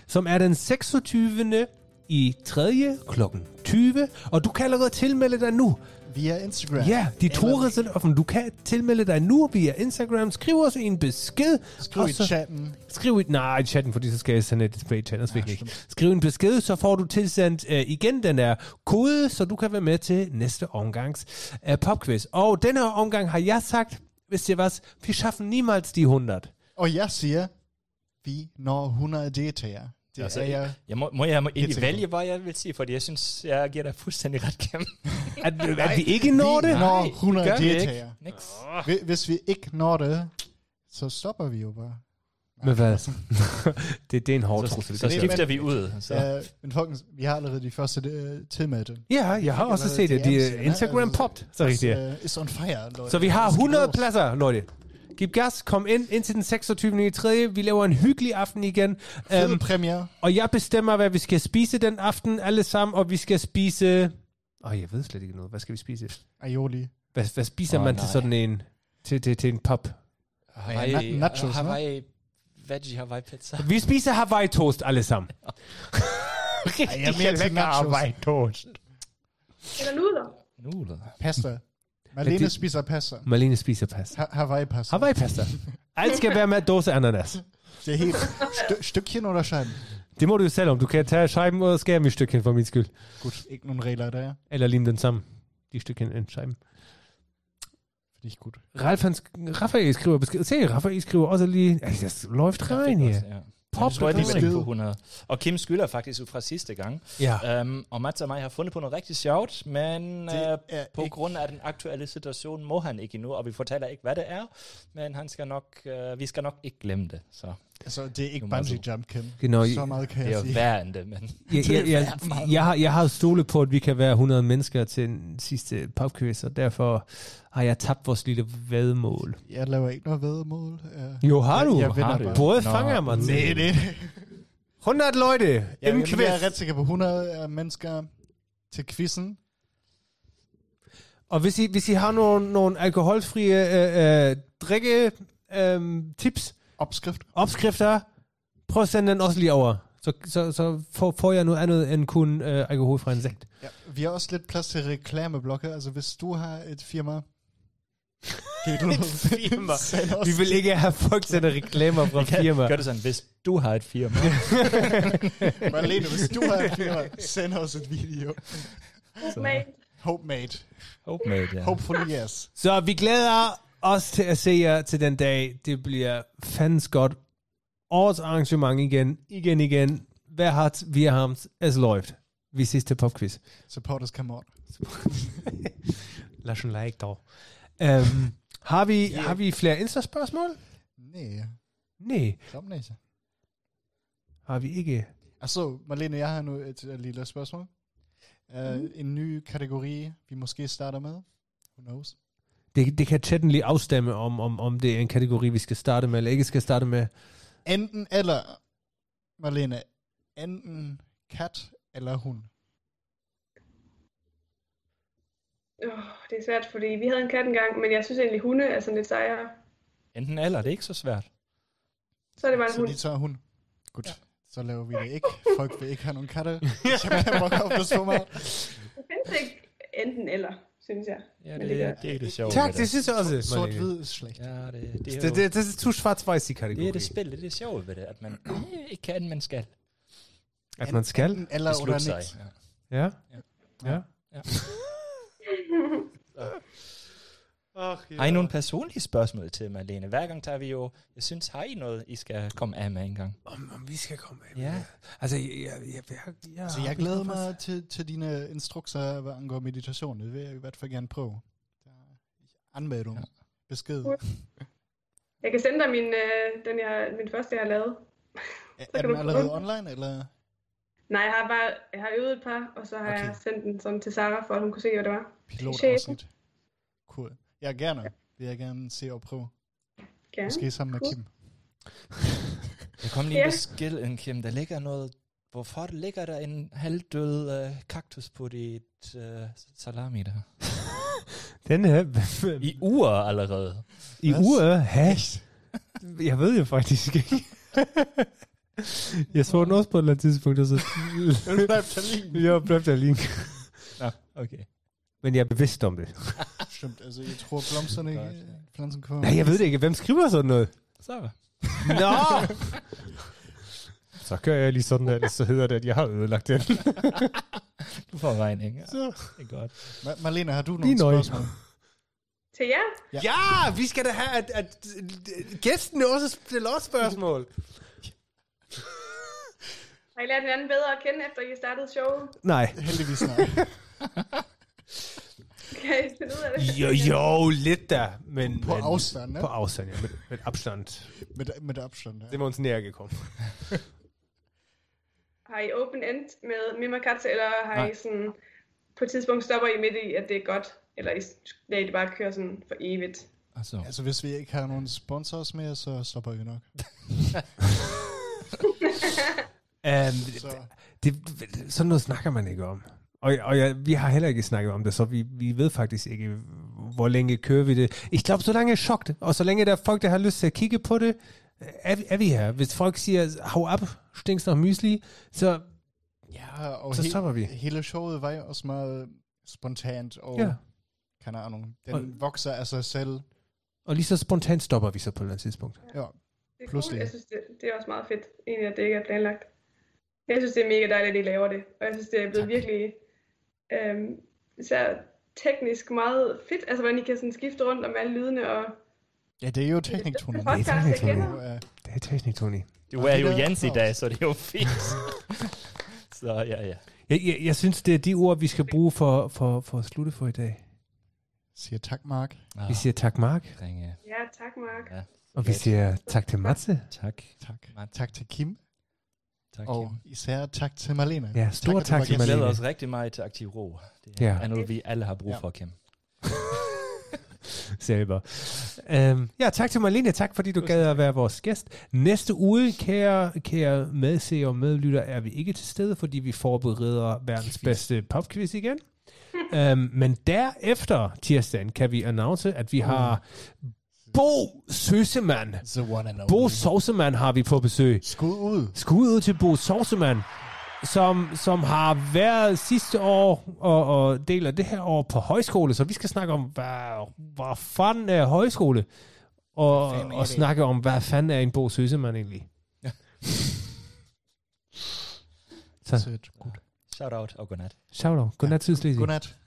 som er den 26. i 3. klokken 20, og du kan allerede tilmelde dig nu. Via Instagram. Ja, de tore sind offen. Du kan tilmelde dig nu via Instagram. Skriv os en besked. Skriv og i så- chatten. Skriv et, nej, i chatten, fordi så skal jeg sende et display i chatten, det skal jeg ikke. Skriv en besked, så får du tilsendt øh, igen den der kode, så du kan være med til næste omgangs øh, popquiz. Og denne her omgang har jeg sagt, hvis ihr was, wir schaffen niemals die 100. Og jeg siger, vi når 100 deltagere. Det Altså, altså, er jeg. Jeg må, må jeg må egentlig sikkert. vælge, hvad jeg vil sige, fordi jeg synes, jeg giver dig fuldstændig ret gennem. At, at vi ikke når vi det? når Nej, 100 gør vi ikke. deltagere. Nix. Hvi- Hvis vi ikke når det, så stopper vi jo bare. Men hvad? det, det er en hård Så, trussel. så det skal- der. skifter vi ud. Så. Ja. Øh, men folkens, vi har allerede de første øh, tilmeldte. Ja, jeg har også set det. De, øh, Instagram popped, så rigtigt. Det øh, is on fire, Leute. Så vi har Det skal 100 los. pladser, Leute. Gib gas, kom ind indtil den 26. i 3. Vi laver en hyggelig aften igen. Øhm, Fede premiere. Og jeg bestemmer, hvad vi skal spise den aften alle sammen, og vi skal spise... Åh, oh, jeg ved slet ikke noget. Hvad skal vi spise? Aioli. Hvad, hvad spiser Åh, oh, man nej. til nej. sådan en... Til, til, til en pop? Hawaii- na- nachos, ne? Hawaii, veggie Hawaii pizza. Vi spiser Hawaii-toast alle sammen. Ej, jeg er mere til nachos. Hawaii-toast. Eller nudler. Nulet. Pasta. Marlene det- spiser pasta. Malene spiser pasta. Ha Hawaii-Pasta. Hawaii-pasta. Alt skal være med dåse ananas. Det er helt Stø Stückchen oder Scheiben? Det må du jo selv om. Du kan tage scheiben og skære dem i stykken for min skyld. Gut, ikke nogen regler der. Eller lim den sammen. De stykken en scheiben. Finde ich gut. Ralf, han sk- Raphael skriver besked. Se, Raphael skriver også lige... Altså, das läuft rein Ja. her. Pop, Pop tror, jeg, de rein. er på 100. Og Kim skylder faktisk ud fra sidste gang. Ja. Øhm, og Mats og mig har fundet på noget rigtig sjovt, men Det øh, er på ikke- grund af den aktuelle situation må han ikke endnu, og vi fortæller ikke, hvad det er, men han skal nok, øh, vi skal nok ikke glemme det. Så Altså, det er ikke Nu må Bungee du- Jump, Kim. Genau. Så meget kan det er jeg jo sige. værre end det, men Jeg, jeg, jeg, jeg, har, jeg har stolet på, at vi kan være 100 mennesker til den sidste popquiz, og derfor har jeg tabt vores lille vedmål. Jeg laver ikke noget øh. vedmål. Ja. Jo, har du? Jeg, jeg vinder Har du? bare. Både Nå. fanger man. Nej, nej. 100 Leute Ja, im jeg, jeg er ret Quiz. sikker på 100 øh, mennesker til quizzen. Og hvis I, hvis I har nogle, nogle alkoholfrie øh, øh, drikke, øh, tips, Opskrift. opskrifter, prøv at sende den også lige over. Så, så, så får, får jeg noget andet end kun øh, alkoholfri en sekt. Ja. Vi har også lidt plads til reklameblokke. Altså, hvis du har et firma... Helt firma. Vi vil ikke have folk sender reklamer fra firmaer. gør det sådan, hvis du har et firma, Marlene, hvis du har et firma, send os et video. Mad. Homemade. hope made, ja. Hopefully yes. Så vi glæder os til at se jer til den dag. Det bliver fandens godt. Årets arrangement igen, igen, igen. Wer hat, wir haben's, es läuft. Vi ses til popquiz. Supporters come out. Lad os like dog. Um, har, vi, yeah. har vi flere Insta-spørgsmål? Nee, Nej, glaub nicht. har vi ikke. Achso, Marlene, jeg har nu et øh, lille spørgsmål. Uh, En ny kategori, vi måske starter med. Who knows? Det, det kan chatten lige afstemme, om, om, om det er en kategori, vi skal starte med, eller ikke skal starte med. Enten eller, Marlene, enten kat eller hund. Oh, det er svært, fordi vi havde en kat engang, men jeg synes egentlig, hunde er sådan lidt sejere. Enten eller, det er ikke så svært. Så er det bare en Så hund. de tager hund. Godt. Så laver vi det ikke. Folk vil ikke have nogen katte. Jeg må godt det for mig. Det findes ikke enten eller, synes jeg. Ja, Men det, det gør- det, det er det sjove. tak, ved det synes jeg også, Marlene. Sort-hvid er schlecht. Ja, det, det, er jo, Det, det, det, det er to schwarz-weiß i kategori. er det spil, det er det sjove ved det, at man ikke kan, man skal. At man skal. Enten eller beslutte oder sig. nichts. Ja. Ja. ja. Ach, ja. Har I nogle personlige spørgsmål til Marlene? Hver gang tager vi jo, jeg synes, har I noget, I skal komme af med en gang? Om, om vi skal komme af. Ja. med- Altså, jeg, jeg, jeg, jeg, jeg, Så jeg glæder mig til, til dine instrukser, hvad angår meditation. Det vil jeg i hvert fald gerne prøve. Der- Anmeldung. Ja. Besked. Ja. Jeg kan sende dig min, øh, den, jeg, min første, jeg har lavet. Er, kan er den du- allerede online, eller? Nej, jeg har bare jeg har øvet et par, og så har Okay. okay. jeg sendt den sådan til Sarah, for at hun kunne se, hvad det var. Pilotafsnit. Cool. Ja, gerne. Vil jeg gerne se og prøve. Ja. Måske sammen med cool. Kim. Der kom lige en Ja. besked, Kim. Der ligger noget... Hvorfor ligger der en halvdød øh, kaktus på dit øh, salami der? Den her... I uger allerede. I Hvad? uret? Hash. Jeg ved jo faktisk ikke. jeg så den også på et eller andet tidspunkt, og så... Den bleibt verlinkt. jeg blev der lige. Nå, okay. Men jeg er bevidst om det. Stimmt, altså jeg tror, blomsterne Godt, ikke, ja. pflanzen kommer. Nej, jeg ved det ikke. Hvem skriver sådan noget? Så Nå! Så gør jeg lige sådan, at så hedder det, at jeg har ødelagt den. du får regning. Ja, Så. det er godt. Ma- Marlene, har du Lige nogle nøje. spørgsmål? Til jer? Ja, vi skal da have, at, at gæsten også stiller også spørgsmål. Har I lært hinanden bedre at kende, efter I startede showet? Nej. Heldigvis nej. Okay, så ud af det. Jo, jo, lidt da. Men, På men, afstand, ne? På afstand, ja. Med, med Abstand. Mit, mit Abstand, ja. Det var uns näher gekommen. Har I open end med Mimakatse, eller har Nej. I sådan... På et tidspunkt stopper I midt i, at det er godt, eller I lader det bare køre sådan for evigt? Altså, Altså hvis vi ikke har nogen sponsors mere, så stopper vi nok. Ähm, Så det, sådan noget snakker man ikke om. Og, og jeg, vi har heller ikke snakket om det, så vi, vi ved faktisk ikke, hvor længe kører vi det. Jeg tror, så længe er chokt, og så længe der er folk, der har lyst til at kigge på det, er, vi- er vi her. Hvis folk siger, hov op, stinks nach Müsli, så ja, og Så he- stopper vi. hele showet var jo også meget spontant, og ja. keine Ahnung, den Og- vokser af sig selv. Og lige så spontant stopper vi så på et eller andet tidspunkt. Ja, Det er Pludselig. cool. Jeg synes, det, det er også meget fedt, egentlig, at det ikke er planlagt. Jeg synes, det er mega dejligt, at I laver det. Og jeg synes, det er blevet virkelig øhm, især teknisk meget fedt. Altså, hvordan I kan sådan skifte rundt om alle lydene. Og ja det er jo tekniktone. Det er Det er podcast, jeg teknik, kender. Tony. Det er teknik, Tony. det var jo det der- Jens i dag, så det er jo fint. så ja, ja. Jeg, jeg, jeg synes, det er de ord, vi skal bruge for, for, for at slutte for i dag. Siger tak, Mark. Ah, Vi siger tak, Mark. ringe. Ja, tak, Mark. Ja, Og vi siger tak til Matze. tak. Tak. Mark. Tak til Kim, tak og Kim. især tak til Marlene. Ja, stor at du tak var til gæst. Vi glæder Malene. os rigtig meget til Aktiv Ro. Det Ja. er noget, vi alle har brug Ja. for, Kim. Selber. Øhm, ja, tak til Marlene. Tak, fordi du gad at være vores gæst. Næste uge, kære, kære medseere og medlytter, er vi ikke til stede, fordi vi forbereder verdens bedste popquiz igen. øhm, men derefter, tirsdagen, kan vi announce, at vi har Bo Søsemann. The one and only. Bo Søsemann har vi på besøg. Skud ud. Skud ud til Bo Sovsemann, som, som har været sidste år og, og deler det her år på højskole. Så vi skal snakke om, hvad, hvad fanden er højskole? Og, Hvad fanden er og det? snakke om, hvad fanden er en Bo Søsemann egentlig? Sødt. Shout out og godnat. Shout out. Godnat, ja. Godnat.